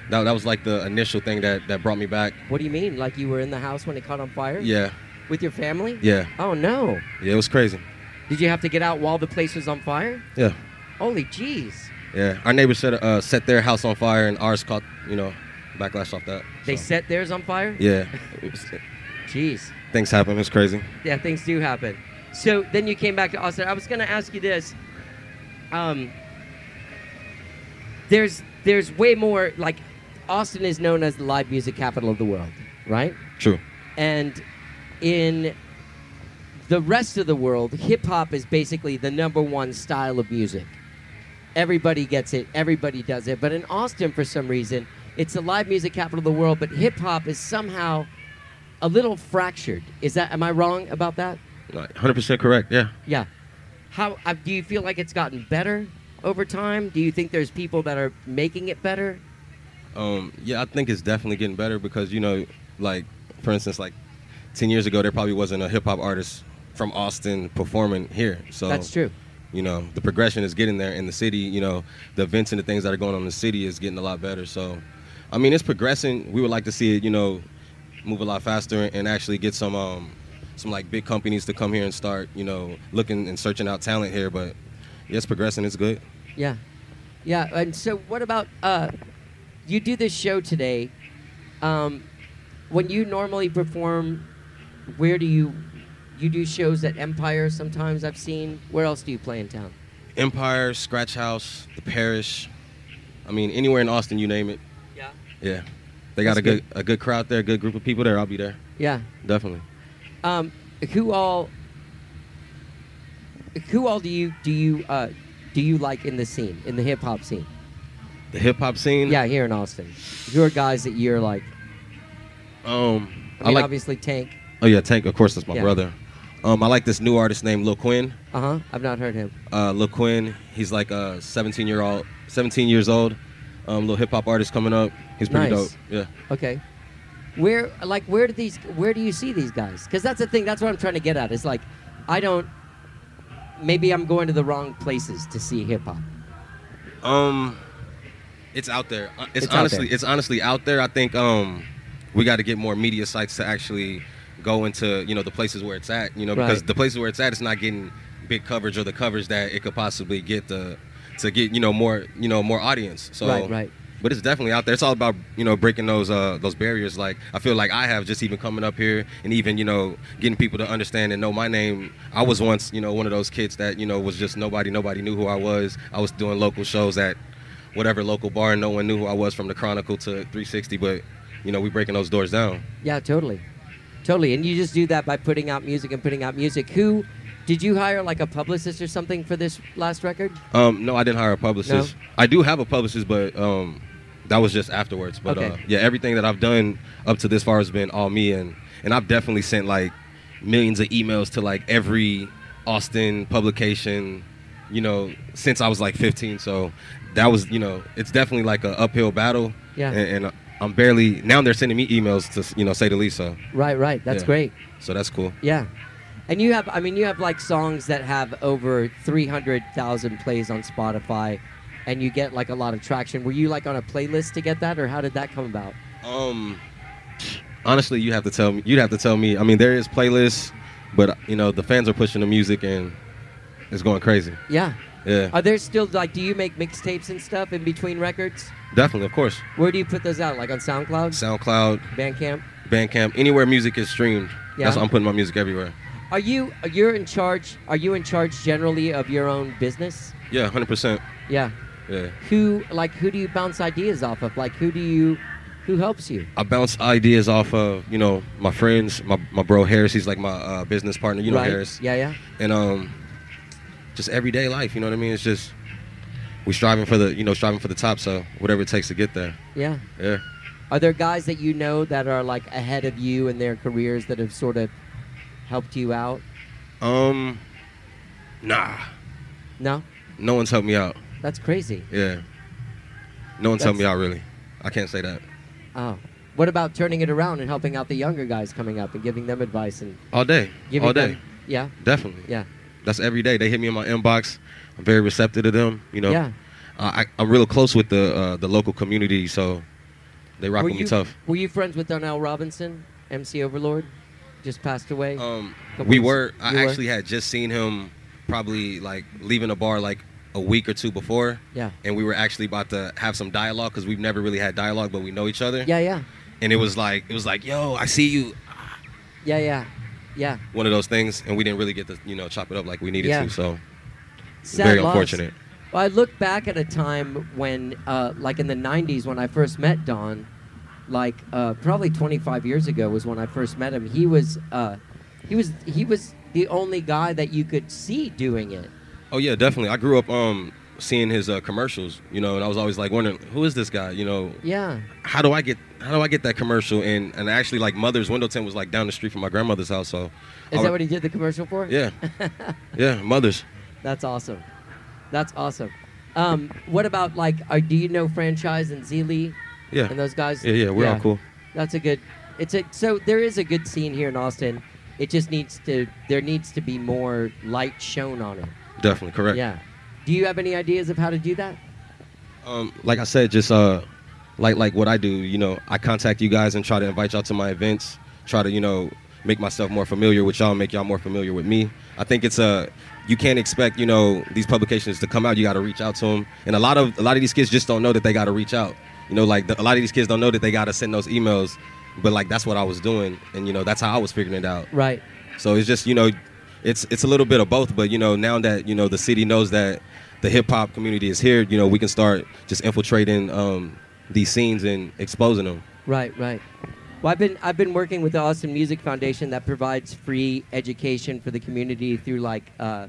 [SPEAKER 10] that that was like the initial thing that that brought me back.
[SPEAKER 7] What do you mean? Like you were in the house when it caught on fire?
[SPEAKER 10] Yeah,
[SPEAKER 7] With your family?
[SPEAKER 10] yeah,
[SPEAKER 7] Oh no!
[SPEAKER 10] yeah. It was crazy.
[SPEAKER 7] Did you have to get out while the place was on fire?
[SPEAKER 10] Yeah,
[SPEAKER 7] Holy jeez!
[SPEAKER 10] yeah. Our neighbors set uh set their house on fire, and ours caught you know backlash off that.
[SPEAKER 7] They
[SPEAKER 10] so.
[SPEAKER 7] set theirs on fire?
[SPEAKER 10] Yeah, it was,
[SPEAKER 7] Jeez.
[SPEAKER 10] things happen. It was crazy.
[SPEAKER 7] Yeah, things do happen. So then you came back to Austin. I was going to ask you this. Um, there's there's way more like Austin is known as the live music capital of the world, right?
[SPEAKER 10] True.
[SPEAKER 7] And in the rest of the world, hip hop is basically the number one style of music. Everybody gets it, everybody does it. But in Austin, for some reason, it's the live music capital of the world, but hip hop is somehow a little fractured. Is that am I wrong about that?
[SPEAKER 10] Like, 100% correct, yeah.
[SPEAKER 7] Yeah. How uh, do you feel like it's gotten better over time? Do you think there's people that are making it better?
[SPEAKER 10] Um, yeah, I think it's definitely getting better because you know, like for instance, like ten years ago, there probably wasn't a hip hop artist from Austin performing here.
[SPEAKER 9] Oh.
[SPEAKER 10] So
[SPEAKER 7] That's true.
[SPEAKER 10] You know, the progression is getting there in the city. You know, the events and the things that are going on in the city is getting a lot better. So, I mean, it's progressing. We would like to see it, you know, move a lot faster and actually get some um, some like big companies to come here and start, you know, looking and searching out talent here. But yeah, it's progressing. It's good.
[SPEAKER 7] Yeah. Yeah. And so, what about uh, you do this show today? Um, when you normally perform, where do you you do shows at Empire? Sometimes I've seen. Where else do you play in town?
[SPEAKER 10] Empire, Scratch House, The Parish. I mean, anywhere in Austin, you name it.
[SPEAKER 7] Yeah.
[SPEAKER 10] Yeah, they got
[SPEAKER 7] That's
[SPEAKER 10] a good a good crowd there, a good group of people there. I'll be there,
[SPEAKER 7] Yeah.
[SPEAKER 10] definitely.
[SPEAKER 7] Um, who all? Who all do you do you uh, do you like in the scene in the hip hop scene?
[SPEAKER 10] The hip hop scene.
[SPEAKER 7] Yeah, here in Austin, who are guys that you're like?
[SPEAKER 10] Um,
[SPEAKER 7] I
[SPEAKER 10] I,
[SPEAKER 7] mean,
[SPEAKER 10] like.
[SPEAKER 7] obviously Tank.
[SPEAKER 10] Oh yeah, Tank. Of course, that's my
[SPEAKER 7] Yeah.
[SPEAKER 10] brother. Um, I like this new artist named Lil Quinn.
[SPEAKER 7] Uh huh. I've not heard him.
[SPEAKER 10] Uh, Lil Quinn. He's like a 17 year old, 17 years old. Um, little hip hop artist coming up. He's pretty
[SPEAKER 7] Nice.
[SPEAKER 10] dope. Yeah.
[SPEAKER 7] Okay. Where like where do these where do you see these guys? Because that's the thing. That's what I'm trying to get at. Is like, I don't. Maybe I'm going to the wrong places to see hip hop.
[SPEAKER 10] Um, it's out there. Uh, It's,
[SPEAKER 7] It's out
[SPEAKER 10] honestly,
[SPEAKER 7] there.
[SPEAKER 10] it's honestly out there. I think um, we got to get more media sites to actually go into you know the places where it's at. You know, because
[SPEAKER 7] Right.
[SPEAKER 10] the places where it's at, it's not getting big coverage or the coverage that it could possibly get to to get you know more you know more audience. So
[SPEAKER 7] Right, right.
[SPEAKER 10] But it's definitely out there. It's all about you know breaking those uh, those barriers. Like I feel like I have just even coming up here and even you know getting people to understand and know my name. I was once you know one of those kids that you know was just nobody. Nobody knew who I was. I was doing local shows at whatever local bar and no one knew who I was from the Chronicle to 360. But you know we breaking those doors down.
[SPEAKER 7] Yeah, totally, totally. And you just do that by putting out music and putting out music. Who did you hire like a publicist or something for this last record?
[SPEAKER 10] Um, no, I didn't hire a publicist. I do have a publicist, but um, that was just afterwards. But
[SPEAKER 7] Okay.
[SPEAKER 10] uh, yeah, everything that I've done up to this far has been all me, and and I've definitely sent like millions of emails to like every Austin publication, you know, since I was like 15. So that was, you know, it's definitely like a uphill battle.
[SPEAKER 7] Yeah.
[SPEAKER 10] And, and I'm barely now they're sending me emails to you know say the least. So
[SPEAKER 7] Right, right. That's
[SPEAKER 10] yeah.
[SPEAKER 7] great.
[SPEAKER 10] So that's cool.
[SPEAKER 7] Yeah. And you have, I mean, you have like songs that have over 300,000 plays on Spotify and you get like a lot of traction. Were you like on a playlist to get that or how did that come about?
[SPEAKER 10] Um, honestly, you have to tell me. You'd have to tell me. I mean, there is playlists, but you know the fans are pushing the music and it's going crazy.
[SPEAKER 7] Yeah.
[SPEAKER 10] Yeah,
[SPEAKER 7] Are there still like, do you make mixtapes and stuff in between records?
[SPEAKER 10] definitely, of course.
[SPEAKER 7] Where do you put those out? Like on SoundCloud?
[SPEAKER 10] SoundCloud,
[SPEAKER 7] Bandcamp?
[SPEAKER 10] Bandcamp, anywhere music is streamed.
[SPEAKER 7] Yeah.
[SPEAKER 10] That's I'm putting my music everywhere.
[SPEAKER 7] Are you, you're in charge, are you in charge generally of your own business?
[SPEAKER 10] Yeah, 100. percent
[SPEAKER 7] Yeah.
[SPEAKER 10] Yeah,
[SPEAKER 7] Who, like, who do you bounce ideas off of? Like, who do you, who helps you?
[SPEAKER 10] I bounce ideas off of you know my friends, my my bro Harris. He's like my uh, business partner. You know
[SPEAKER 7] right?
[SPEAKER 10] Harris.
[SPEAKER 7] Yeah, yeah.
[SPEAKER 10] and um, just everyday life. You know what I mean? It's just we striving for the you know striving for the top. So whatever it takes to get there.
[SPEAKER 7] Yeah.
[SPEAKER 10] Yeah.
[SPEAKER 7] Are there guys that you know that are like ahead of you in their careers that have sort of helped you out?
[SPEAKER 10] Um, nah,
[SPEAKER 7] No,
[SPEAKER 10] no one's helped me out.
[SPEAKER 7] that's crazy.
[SPEAKER 10] Yeah, no one's helped
[SPEAKER 7] That's-
[SPEAKER 10] me out really. I can't say that
[SPEAKER 7] Oh, what about turning it around and helping out the younger guys coming up and giving them advice and
[SPEAKER 10] all day,
[SPEAKER 7] giving
[SPEAKER 10] all day,
[SPEAKER 7] them? Yeah,
[SPEAKER 10] definitely.
[SPEAKER 7] yeah,
[SPEAKER 10] that's every day. They hit me in my inbox. I'm very receptive to them. You know,
[SPEAKER 7] yeah.
[SPEAKER 10] uh, I, I- I'm real close with the uh, the local community, so they rock
[SPEAKER 7] were
[SPEAKER 10] with
[SPEAKER 7] you
[SPEAKER 10] me tough.
[SPEAKER 7] were you friends with Donnell Robinson, MC Overlord? Just passed away.
[SPEAKER 10] Um,
[SPEAKER 7] Couple
[SPEAKER 10] we
[SPEAKER 7] weeks-
[SPEAKER 10] were. I
[SPEAKER 7] you were?
[SPEAKER 10] actually had just seen him probably like leaving a bar like a week or two before.
[SPEAKER 7] Yeah.
[SPEAKER 10] And we were actually about to have some dialogue because we've never really had dialogue, but we know each other.
[SPEAKER 7] yeah, yeah,
[SPEAKER 10] And it was like it was like, yo, I see you.
[SPEAKER 7] yeah, yeah, yeah.
[SPEAKER 10] one of those things, and we didn't really get to you know chop it up like we needed
[SPEAKER 7] Yeah.
[SPEAKER 10] to. So
[SPEAKER 7] Sad
[SPEAKER 10] Very
[SPEAKER 7] loss.
[SPEAKER 10] unfortunate.
[SPEAKER 7] Well, I look back at a time when, uh, like in the 90s, when I first met Don, like uh, probably 25 years ago was when I first met him. He was uh, He was he was the only guy that you could see doing it.
[SPEAKER 10] Oh yeah, definitely. I grew up um seeing his uh, commercials, you know, and I was always like wondering who is this guy, you know,
[SPEAKER 7] Yeah.
[SPEAKER 10] how do I get how do I get that commercial? And and actually, like Mother's window tint was like down the street from my grandmother's house, so
[SPEAKER 7] Is
[SPEAKER 10] I
[SPEAKER 7] that
[SPEAKER 10] would-
[SPEAKER 7] what he did the commercial for?
[SPEAKER 10] Yeah, yeah, Mother's.
[SPEAKER 7] That's awesome. That's awesome. Um, what about like, are, do you know Franchise and Zeely?
[SPEAKER 10] Yeah.
[SPEAKER 7] And those guys.
[SPEAKER 10] Yeah, yeah, we're all cool.
[SPEAKER 7] That's a good. It's a so there is a good scene here in Austin. It just needs to there needs to be more light shown on it.
[SPEAKER 10] Definitely correct.
[SPEAKER 7] Yeah. Do you have any ideas of how to do that?
[SPEAKER 10] Um, like I said, just uh, like like what I do, you know, I contact you guys and try to invite y'all to my events. Try to you know make myself more familiar with y'all, make y'all more familiar with me. I think it's a you can't expect you know these publications to come out. You got to reach out to them, and a lot of a lot of these kids just don't know that they got to reach out. Oh, You know, like the, a lot of these kids don't know that they got to send those emails. But like that's what I was doing, and you know that's how I was figuring it out.
[SPEAKER 7] Right.
[SPEAKER 10] So it's just you know, it's it's a little bit of both. But you know, now that you know the city knows that the hip hop community is here, you know, we can start just infiltrating um, these scenes and exposing them.
[SPEAKER 7] Right, right. Well, I've been I've been working with the Austin Music Foundation that provides free education for the community through like uh,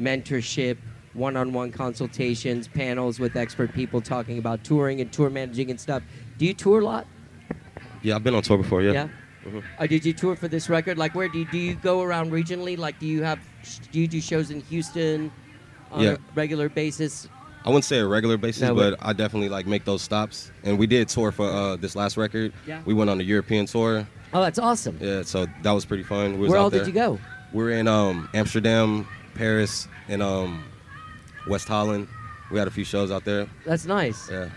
[SPEAKER 7] mentorship, one-on-one consultations, panels with expert people talking about touring and tour managing and stuff. Do you tour a lot?
[SPEAKER 10] Yeah, I've been on tour before. Yeah. Mm-hmm.
[SPEAKER 7] Yeah. Uh, did you tour for this record? Like, where do you, do you go around regionally? Like, do you have do you do shows in Houston on
[SPEAKER 10] Yeah.
[SPEAKER 7] a regular basis?
[SPEAKER 10] I wouldn't say a regular basis,
[SPEAKER 7] No,
[SPEAKER 10] but I definitely like make those stops. And we did tour for uh, this last record.
[SPEAKER 7] Yeah.
[SPEAKER 10] We went on a European tour.
[SPEAKER 7] Oh, that's awesome.
[SPEAKER 10] Yeah, so that was pretty fun. We was
[SPEAKER 7] where
[SPEAKER 10] out
[SPEAKER 7] all
[SPEAKER 10] there.
[SPEAKER 7] did you go?
[SPEAKER 10] We We're in um, Amsterdam, Paris, and um, West Holland. We had a few shows out there.
[SPEAKER 7] That's nice.
[SPEAKER 10] Yeah.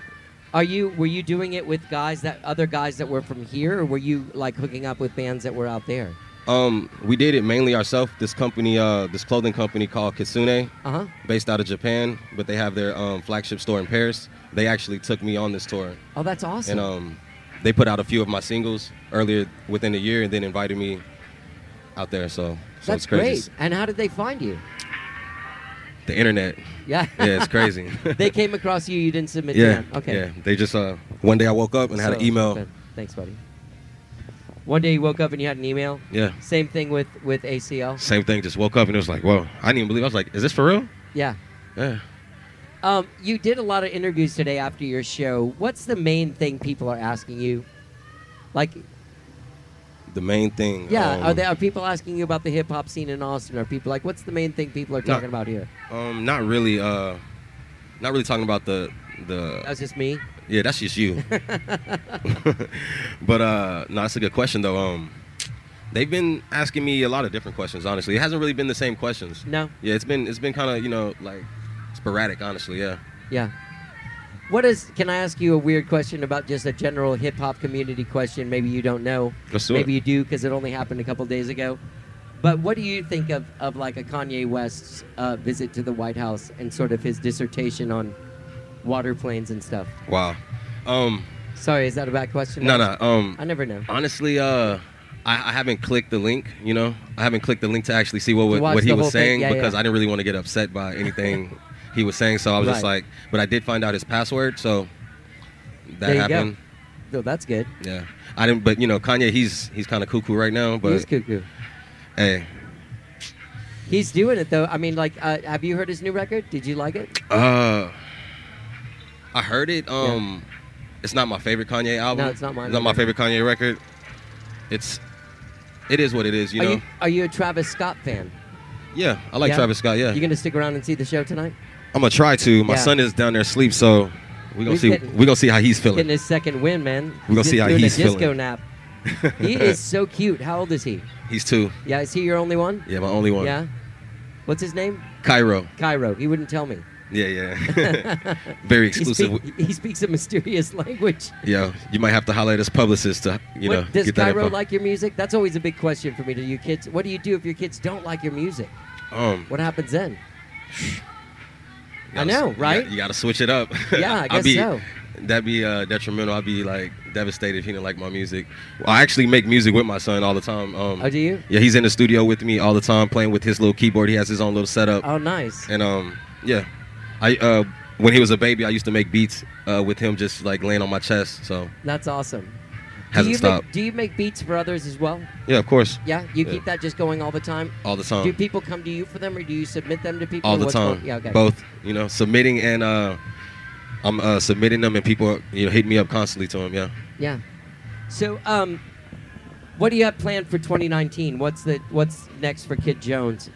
[SPEAKER 7] Are you were you doing it with guys that other guys that were from here, or were you like hooking up with bands that were out there?
[SPEAKER 10] Um, we did it mainly ourselves. This company, uh, this clothing company called Kitsune,
[SPEAKER 7] Uh-huh.
[SPEAKER 10] based out of Japan, but they have their um, flagship store in Paris. They actually took me on this tour,
[SPEAKER 7] Oh, that's awesome.
[SPEAKER 10] and um, they put out a few of my singles earlier within the year, and then invited me out there. So, so it's
[SPEAKER 7] that's
[SPEAKER 10] crazy.
[SPEAKER 7] great. And how did they find you?
[SPEAKER 10] The internet,
[SPEAKER 7] Yeah.
[SPEAKER 10] yeah, it's crazy.
[SPEAKER 7] they came across you. You didn't submit to
[SPEAKER 10] yeah,
[SPEAKER 7] them. Okay.
[SPEAKER 10] yeah. They just uh, one day I woke up and had an
[SPEAKER 7] So,
[SPEAKER 10] email.
[SPEAKER 7] good. Thanks, buddy. One day you woke up and you had an email.
[SPEAKER 10] Yeah.
[SPEAKER 7] Same thing with with ACL.
[SPEAKER 10] Same thing. Just woke up and it was like, whoa! I didn't even believe. It. I was like, is this for real?
[SPEAKER 7] Yeah.
[SPEAKER 10] Yeah.
[SPEAKER 7] Um, you did a lot of interviews today after your show. What's the main thing people are asking you? Like,
[SPEAKER 10] The main thing.
[SPEAKER 7] yeah,
[SPEAKER 10] um,
[SPEAKER 7] are, they, are people asking you about the hip hop scene in Austin? Are people like, what's the main thing people are talking about here?
[SPEAKER 10] Um, not really. Uh, not really talking about the the.
[SPEAKER 7] That's just me.
[SPEAKER 10] yeah, that's just you. but uh, no, that's a good question though. Um, they've been asking me a lot of different questions. Honestly, it hasn't really been the same questions.
[SPEAKER 7] No.
[SPEAKER 10] Yeah, it's been it's been kind of you know like sporadic. Honestly, yeah.
[SPEAKER 7] Yeah. What is? Can I ask you a weird question about just a general hip hop community question? Maybe you don't know.
[SPEAKER 10] Let's do it.
[SPEAKER 7] Maybe you do because it only happened a couple days ago. But what do you think of, of like a Kanye West's uh, visit to the White House and sort of his dissertation on water planes and stuff?
[SPEAKER 10] Wow. Um,
[SPEAKER 7] Sorry, is that a bad question?
[SPEAKER 10] no, no. Um,
[SPEAKER 7] I never know.
[SPEAKER 10] honestly, uh. I, I haven't clicked the link, you know. I haven't clicked the link to actually see what what,
[SPEAKER 7] watch
[SPEAKER 10] what he
[SPEAKER 7] the
[SPEAKER 10] was
[SPEAKER 7] whole thing,
[SPEAKER 10] saying
[SPEAKER 7] yeah, yeah.
[SPEAKER 10] because I didn't really want to get upset by anything he was saying. So I was just
[SPEAKER 7] Right.
[SPEAKER 10] like, but I did find out his password, so that
[SPEAKER 7] there you
[SPEAKER 10] happened.
[SPEAKER 7] go. No, that's good.
[SPEAKER 10] Yeah, I didn't. But you know, Kanye, he's he's kind of cuckoo right now. But
[SPEAKER 7] He's cuckoo.
[SPEAKER 10] hey,
[SPEAKER 7] He's doing it though. I mean, like, uh, have you heard his new record? Did you like it?
[SPEAKER 10] uh, I heard it. Um, it's not my favorite Kanye album.
[SPEAKER 7] No, it's not mine
[SPEAKER 10] It's not my
[SPEAKER 7] either.
[SPEAKER 10] favorite Kanye record. It's it is what it is. You
[SPEAKER 7] are
[SPEAKER 10] know.
[SPEAKER 7] you are you a Travis Scott fan?
[SPEAKER 10] yeah, I like
[SPEAKER 7] Yeah?
[SPEAKER 10] Travis Scott. Yeah,
[SPEAKER 7] You gonna stick around and see the show tonight?
[SPEAKER 10] I'm gonna try to. My
[SPEAKER 7] Yeah.
[SPEAKER 10] son is down there asleep, so we gonna
[SPEAKER 7] He's
[SPEAKER 10] see
[SPEAKER 7] getting-
[SPEAKER 10] we gonna see how he's feeling.
[SPEAKER 7] Getting his second win, man.
[SPEAKER 10] We're gonna see how
[SPEAKER 7] doing
[SPEAKER 10] he's
[SPEAKER 7] a disco
[SPEAKER 10] feeling.
[SPEAKER 7] nap. He is so cute. How old is he?
[SPEAKER 10] He's two.
[SPEAKER 7] Yeah, is he your only one?
[SPEAKER 10] Yeah, my only one.
[SPEAKER 7] Yeah. What's his name?
[SPEAKER 10] Cairo.
[SPEAKER 7] Cairo. He wouldn't tell me.
[SPEAKER 10] Yeah, yeah. Very
[SPEAKER 7] He,
[SPEAKER 10] exclusive.
[SPEAKER 7] speak- he speaks a mysterious language.
[SPEAKER 10] yeah, you might have to holler at his publicist to you
[SPEAKER 7] What-
[SPEAKER 10] know
[SPEAKER 7] does
[SPEAKER 10] get that
[SPEAKER 7] Cairo
[SPEAKER 10] info.
[SPEAKER 7] like your music? That's always a big question for me. Do your kids? What do you do if your kids don't like your music?
[SPEAKER 10] Um,
[SPEAKER 7] What happens then?
[SPEAKER 10] You
[SPEAKER 7] I
[SPEAKER 10] gotta-
[SPEAKER 7] know,
[SPEAKER 10] you got-
[SPEAKER 7] right?
[SPEAKER 10] You, gotta switch it up.
[SPEAKER 7] Yeah, I
[SPEAKER 10] I'd
[SPEAKER 7] guess
[SPEAKER 10] be,
[SPEAKER 7] so.
[SPEAKER 10] That'd be uh, detrimental. I'd be like devastated if he didn't like my music. Well, I actually make music with my son all the time. Um,
[SPEAKER 7] Oh, do you?
[SPEAKER 10] Yeah, he's in the studio with me all the time, playing with his little keyboard. He has his own little setup,
[SPEAKER 7] Oh, nice.
[SPEAKER 10] and um, yeah, I uh, when he was a baby, I used to make beats uh, with him, just like laying on my chest. So
[SPEAKER 7] That's awesome. do
[SPEAKER 10] hasn't
[SPEAKER 7] you
[SPEAKER 10] stopped.
[SPEAKER 7] Make, do you make beats for others as well?
[SPEAKER 10] yeah, of course.
[SPEAKER 7] Yeah, you
[SPEAKER 10] Yeah.
[SPEAKER 7] keep that just going all the time.
[SPEAKER 10] All the time.
[SPEAKER 7] Do people come to you for them, or do you submit them to people?
[SPEAKER 10] all
[SPEAKER 7] or
[SPEAKER 10] the
[SPEAKER 7] what's
[SPEAKER 10] time.
[SPEAKER 7] going- Yeah, okay.
[SPEAKER 10] Both, you know, submitting and uh, I'm uh, submitting them, and people, are, you know, hit me up constantly to them. Yeah.
[SPEAKER 7] Yeah. So, um, what do you have planned for 2019? What's the what's next for Kid Jones?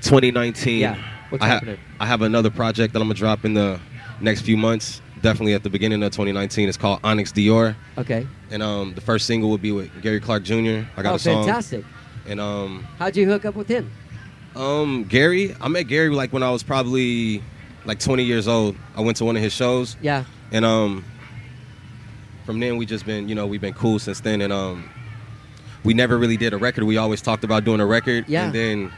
[SPEAKER 10] 2019.
[SPEAKER 7] Yeah. What's
[SPEAKER 10] Mm. I ha-
[SPEAKER 7] happening?
[SPEAKER 10] I have another project that I'm gonna drop in the next few months. Definitely at the beginning of 2019. It's called Onyx Dior,
[SPEAKER 7] Okay.
[SPEAKER 10] and um, the first single will be with Gary Clark Jr. I got
[SPEAKER 7] oh,
[SPEAKER 10] a song.
[SPEAKER 7] fantastic!
[SPEAKER 10] And um,
[SPEAKER 7] How'd you hook up with him?
[SPEAKER 10] um, Gary, I met Gary like when I was probably like 20 years old. I went to one of his shows.
[SPEAKER 7] Yeah.
[SPEAKER 10] And um, from then we just been, you know, we've been cool since then. And um, we never really did a record. We always talked about doing a record.
[SPEAKER 7] Yeah.
[SPEAKER 10] And then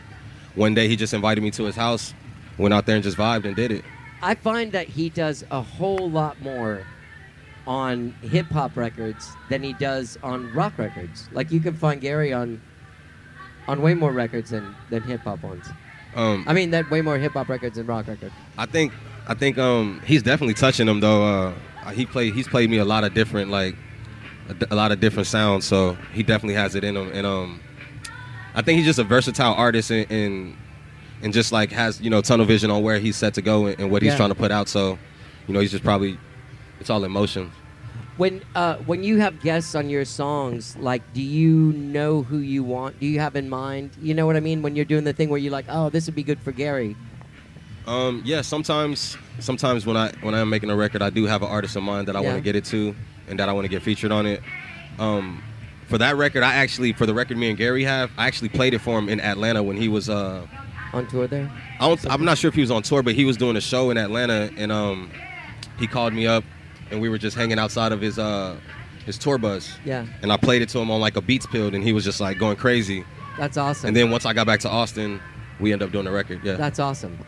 [SPEAKER 10] one day he just invited me to his house, went out there and just vibed and did it.
[SPEAKER 7] I find that he does a whole lot more on hip hop records than he does on rock records. Like you can find Gary on on way more records than, than hip hop ones.
[SPEAKER 10] Um,
[SPEAKER 7] I mean, that way more hip hop records than rock records.
[SPEAKER 10] I think I think um he's definitely touching them though. Uh, he played he's played me a lot of different like a, d- a lot of different sounds, so he definitely has it in him. And um, I think he's just a versatile artist and and, and just like has you know tunnel vision on where he's set to go and, and what he's
[SPEAKER 7] Yeah.
[SPEAKER 10] trying to put out. So you know he's just probably it's all in motion.
[SPEAKER 7] When uh, when you have guests on your songs, like, do you know who you want? Do you have in mind? You know what I mean? When you're doing the thing where you're like, oh, this would be good for Gary.
[SPEAKER 10] Um, yeah, sometimes sometimes when I when I'm making a record, I do have an artist in mind that I want
[SPEAKER 7] Yeah.
[SPEAKER 10] to get it to and that I want to get featured on it. Um, for that record, I actually for the record me and Gary have, I actually played it for him in Atlanta when he was uh
[SPEAKER 7] on tour there?
[SPEAKER 10] I don't, I'm not sure if he was on tour, but he was doing a show in Atlanta and um he called me up and we were just hanging outside of his uh his tour bus.
[SPEAKER 7] Yeah.
[SPEAKER 10] And I played it to him on like a beats pill and he was just like going crazy.
[SPEAKER 7] That's awesome.
[SPEAKER 10] And then once I got back to Austin, we ended up doing the record. Yeah.
[SPEAKER 7] That's awesome.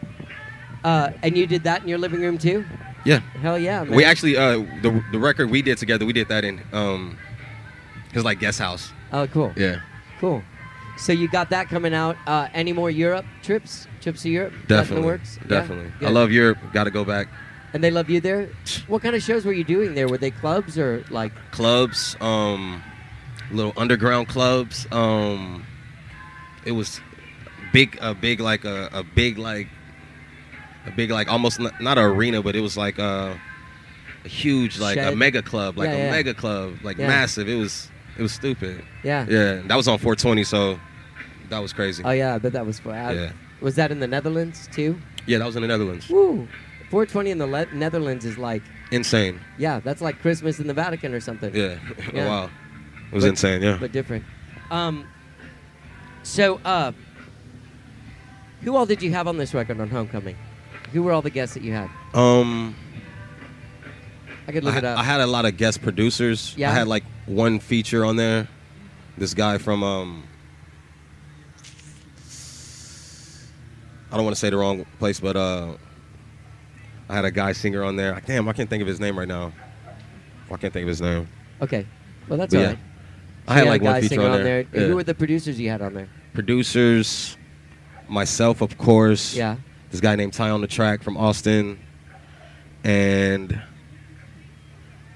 [SPEAKER 7] Uh, and you did that in your living room too?
[SPEAKER 10] yeah.
[SPEAKER 7] Hell yeah, man.
[SPEAKER 10] We actually uh the the record we did together, we did that in um his like guest house.
[SPEAKER 7] Oh, cool.
[SPEAKER 10] Yeah.
[SPEAKER 7] Cool. So you got that coming out. Uh, any more Europe trips? Trips to Europe? That in the
[SPEAKER 10] Definitely.
[SPEAKER 7] works? Yeah?
[SPEAKER 10] Definitely.
[SPEAKER 7] Good.
[SPEAKER 10] I love Europe. Got to go back.
[SPEAKER 7] And they love you there. What kind of shows were you doing there? Were they clubs or like?
[SPEAKER 10] Clubs, um little underground clubs. Um it was big a big like a, a big like a big like almost n- not an arena, but it was like a, a huge like a
[SPEAKER 7] Shed.
[SPEAKER 10] mega club, like
[SPEAKER 7] Yeah,
[SPEAKER 10] a
[SPEAKER 7] yeah.
[SPEAKER 10] mega club, like
[SPEAKER 7] Yeah.
[SPEAKER 10] massive. It was it was stupid.
[SPEAKER 7] Yeah.
[SPEAKER 10] Yeah, that was on 420, so that was crazy.
[SPEAKER 7] Oh yeah, I bet that was fun. I-
[SPEAKER 10] Yeah.
[SPEAKER 7] Was that in the Netherlands too?
[SPEAKER 10] yeah, that was in the Netherlands.
[SPEAKER 7] Woo! 420 in the Le- Netherlands is like,
[SPEAKER 10] insane.
[SPEAKER 7] yeah, that's like Christmas in the Vatican or something.
[SPEAKER 10] Yeah. Oh,
[SPEAKER 7] Yeah.
[SPEAKER 10] wow. It was
[SPEAKER 7] But-
[SPEAKER 10] insane. Yeah.
[SPEAKER 7] But different. Um. So, uh, who all did you have on this record on Homecoming? Who were all the guests that you had?
[SPEAKER 10] um,
[SPEAKER 7] I could
[SPEAKER 10] I,
[SPEAKER 7] look it up.
[SPEAKER 10] I had a lot of guest producers.
[SPEAKER 7] Yeah.
[SPEAKER 10] I had like one feature on there. This guy from um, I don't want to say the wrong place, but uh, I had a guy singer on there. Damn, I can't think of his name right now. I can't think of his name.
[SPEAKER 7] okay. Well, that's
[SPEAKER 10] But
[SPEAKER 7] all
[SPEAKER 10] yeah.
[SPEAKER 7] right.
[SPEAKER 10] I had
[SPEAKER 7] You
[SPEAKER 10] like
[SPEAKER 7] a guy
[SPEAKER 10] one feature
[SPEAKER 7] singer
[SPEAKER 10] on there. Yeah.
[SPEAKER 7] Who were the producers you had on there?
[SPEAKER 10] producers, myself, of course.
[SPEAKER 7] Yeah.
[SPEAKER 10] This guy named Ty on the track from Austin, and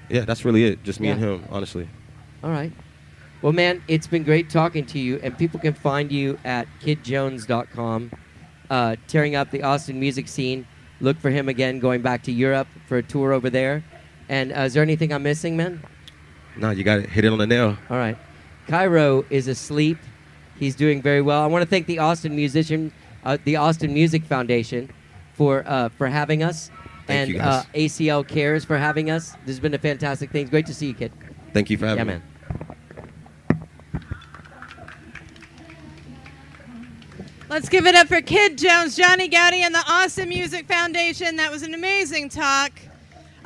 [SPEAKER 10] yeah, that's really it. Just me and
[SPEAKER 7] Yeah.
[SPEAKER 10] him, honestly.
[SPEAKER 7] All right. Well, man, it's been great talking to you, and people can find you at kidjones.com, uh, tearing up the Austin music scene. Look for him again, going back to Europe for a tour over there. And uh, is there anything I'm missing, man?
[SPEAKER 10] No, you got it. Hit it on the nail.
[SPEAKER 7] All right. Cairo is asleep. He's doing very well. I want to thank the Austin musician, uh, the Austin Music Foundation, for uh, for having us,
[SPEAKER 10] Thank
[SPEAKER 7] and
[SPEAKER 10] you,
[SPEAKER 7] uh,
[SPEAKER 10] guys.
[SPEAKER 7] ACL Cares for having us. This has been a fantastic thing. It's great to see you, kid.
[SPEAKER 10] Thank you for having
[SPEAKER 7] yeah,
[SPEAKER 10] me.
[SPEAKER 7] man.
[SPEAKER 6] Let's give it up for Kid Jones, Johnny Gowdy, and the Austin Music Foundation. That was an amazing talk.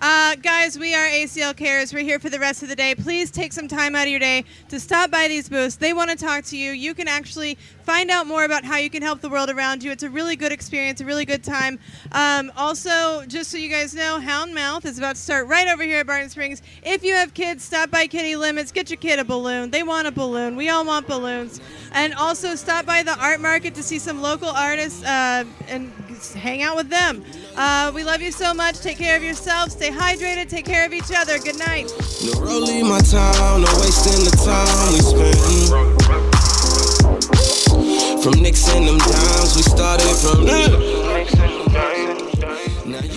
[SPEAKER 6] Uh, guys, we are ACL Cares. We're here for the rest of the day. Please take some time out of your day to stop by these booths. They want to talk to you. You can actually find out more about how you can help the world around you. It's a really good experience, a really good time. Um, also, just so you guys know, Hound Mouth is about to start right over here at Barton Springs. If you have kids, stop by Kitty Limits. Get your kid a balloon. They want a balloon. We all want balloons. And also, stop by the art market to see some local artists uh, and hang out with them. Uh, we love you so much. Take care of yourself. Stay hydrated. Take care of each other. Good night.
[SPEAKER 9] No rolling my time, no wasting the time we spend. From Nixon them dimes, we started from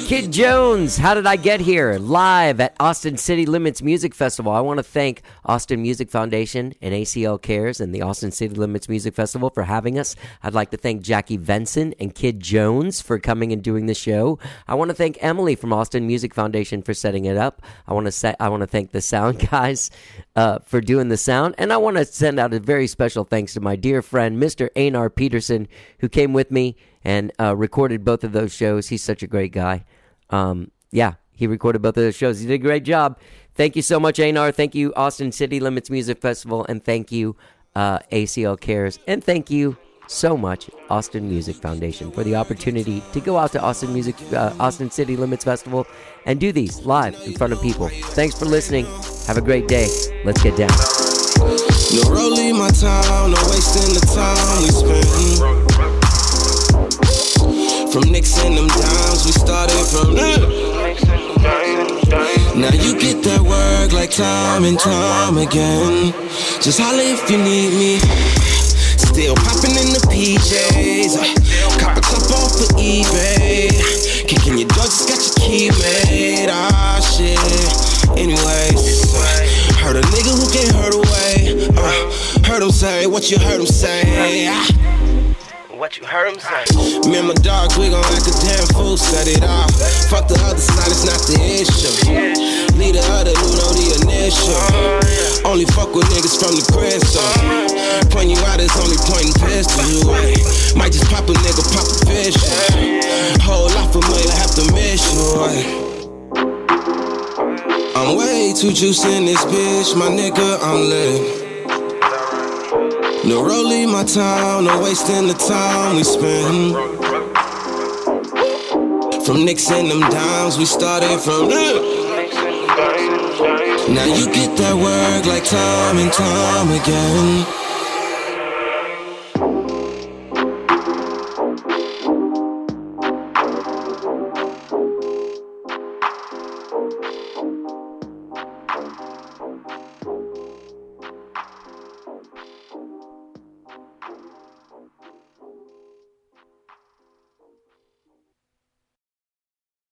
[SPEAKER 1] Kid Jones, how did I get here? Live at Austin City Limits Music Festival. I want to thank Austin Music Foundation and ACL Cares and the Austin City Limits Music Festival for having us. I'd like to thank Jackie Venson and Kid Jones for coming and doing the show. I want to thank Emily from Austin Music Foundation for setting it up. I want to say I want to thank the sound guys uh, for doing the sound, and I want to send out a very special thanks to my dear friend Mr. Anar Peterson who came with me and uh, recorded both of those shows. He's such a great guy. Um, yeah, he recorded both of those shows. He did a great job. Thank you so much, Anar. Thank you, Austin City Limits Music Festival, and thank you, uh, ACL Cares, and thank you so much, Austin Music Foundation, for the opportunity to go out to Austin Music, uh, Austin City Limits Festival, and do these live in front of people. Thanks for listening. Have a great day. Let's get down.
[SPEAKER 9] No rolling my time, no wasting the time we spend. From Nixon them dimes, we started from Now you get that work like time and time again. Just holler if you need me. Still popping in the PJs. uh, Cop a cup off of eBay. Kicking your door, just got your key made. Ah, shit. Anyways, uh, heard a nigga who can't hurt away. Uh, heard him say what you heard him say. Ah. What you heard him say? Me and my dogs, we gon' act a damn fool, set it off. Fuck the other side, it's not the issue. Leader of the new, know the initial. Only fuck with niggas from the crib, so. Point you out is only pointing pistol you at. Might just pop a nigga, pop a fish. Whole lot familiar, have to miss you. ay. I'm way too juiced in this bitch, my nigga, I'm lit. No rolling my time, no wasting the time we spend. From Nixon them dimes, we started from Now you get that work like time and time again.